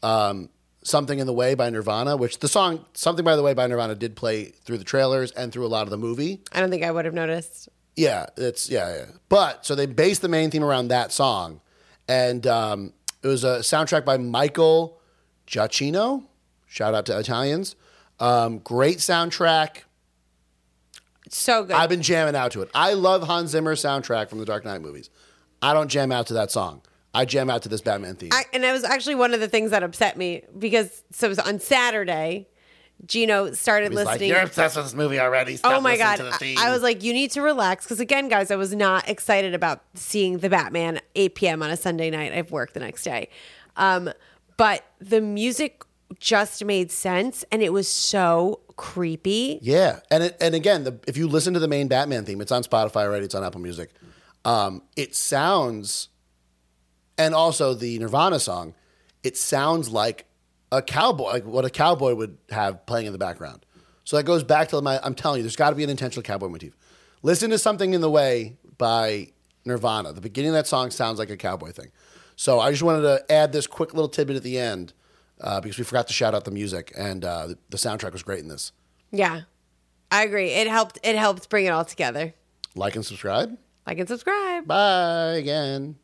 um, "Something in the Way" by Nirvana, which the song "Something by the Way" by Nirvana did play through the trailers and through a lot of the movie.
I don't think I would have noticed.
Yeah, it's yeah, yeah. But so they based the main theme around that song, and um, it was a soundtrack by Michael Giacchino. Shout out to Italians. Um, great soundtrack.
So good.
I've been jamming out to it. I love Hans Zimmer's soundtrack from the Dark Knight movies. I don't jam out to that song. I jam out to this Batman theme.
I, and it was actually one of the things that upset me because so it was on Saturday. Gino started
He's like,
listening.
you're obsessed with this movie already. Stop
oh my
listening
god!
to the
I,
theme."
I was like, you need to relax because again, guys, I was not excited about seeing the Batman 8 p.m. on a Sunday night. I've worked the next day, um, but the music just made sense and it was so creepy.
Yeah, and it, and again, the, if you listen to the main Batman theme, it's on Spotify already. It's on Apple Music. Um, it sounds, and also the Nirvana song, it sounds like a cowboy, like what a cowboy would have playing in the background. So that goes back to my. I'm telling you, there's got to be an intentional cowboy motif. Listen to something in the way by Nirvana. The beginning of that song sounds like a cowboy thing. So I just wanted to add this quick little tidbit at the end uh, because we forgot to shout out the music and uh, the, the soundtrack was great in this.
Yeah, I agree. It helped. It helped bring it all together.
Like and subscribe.
Like and subscribe.
Bye again.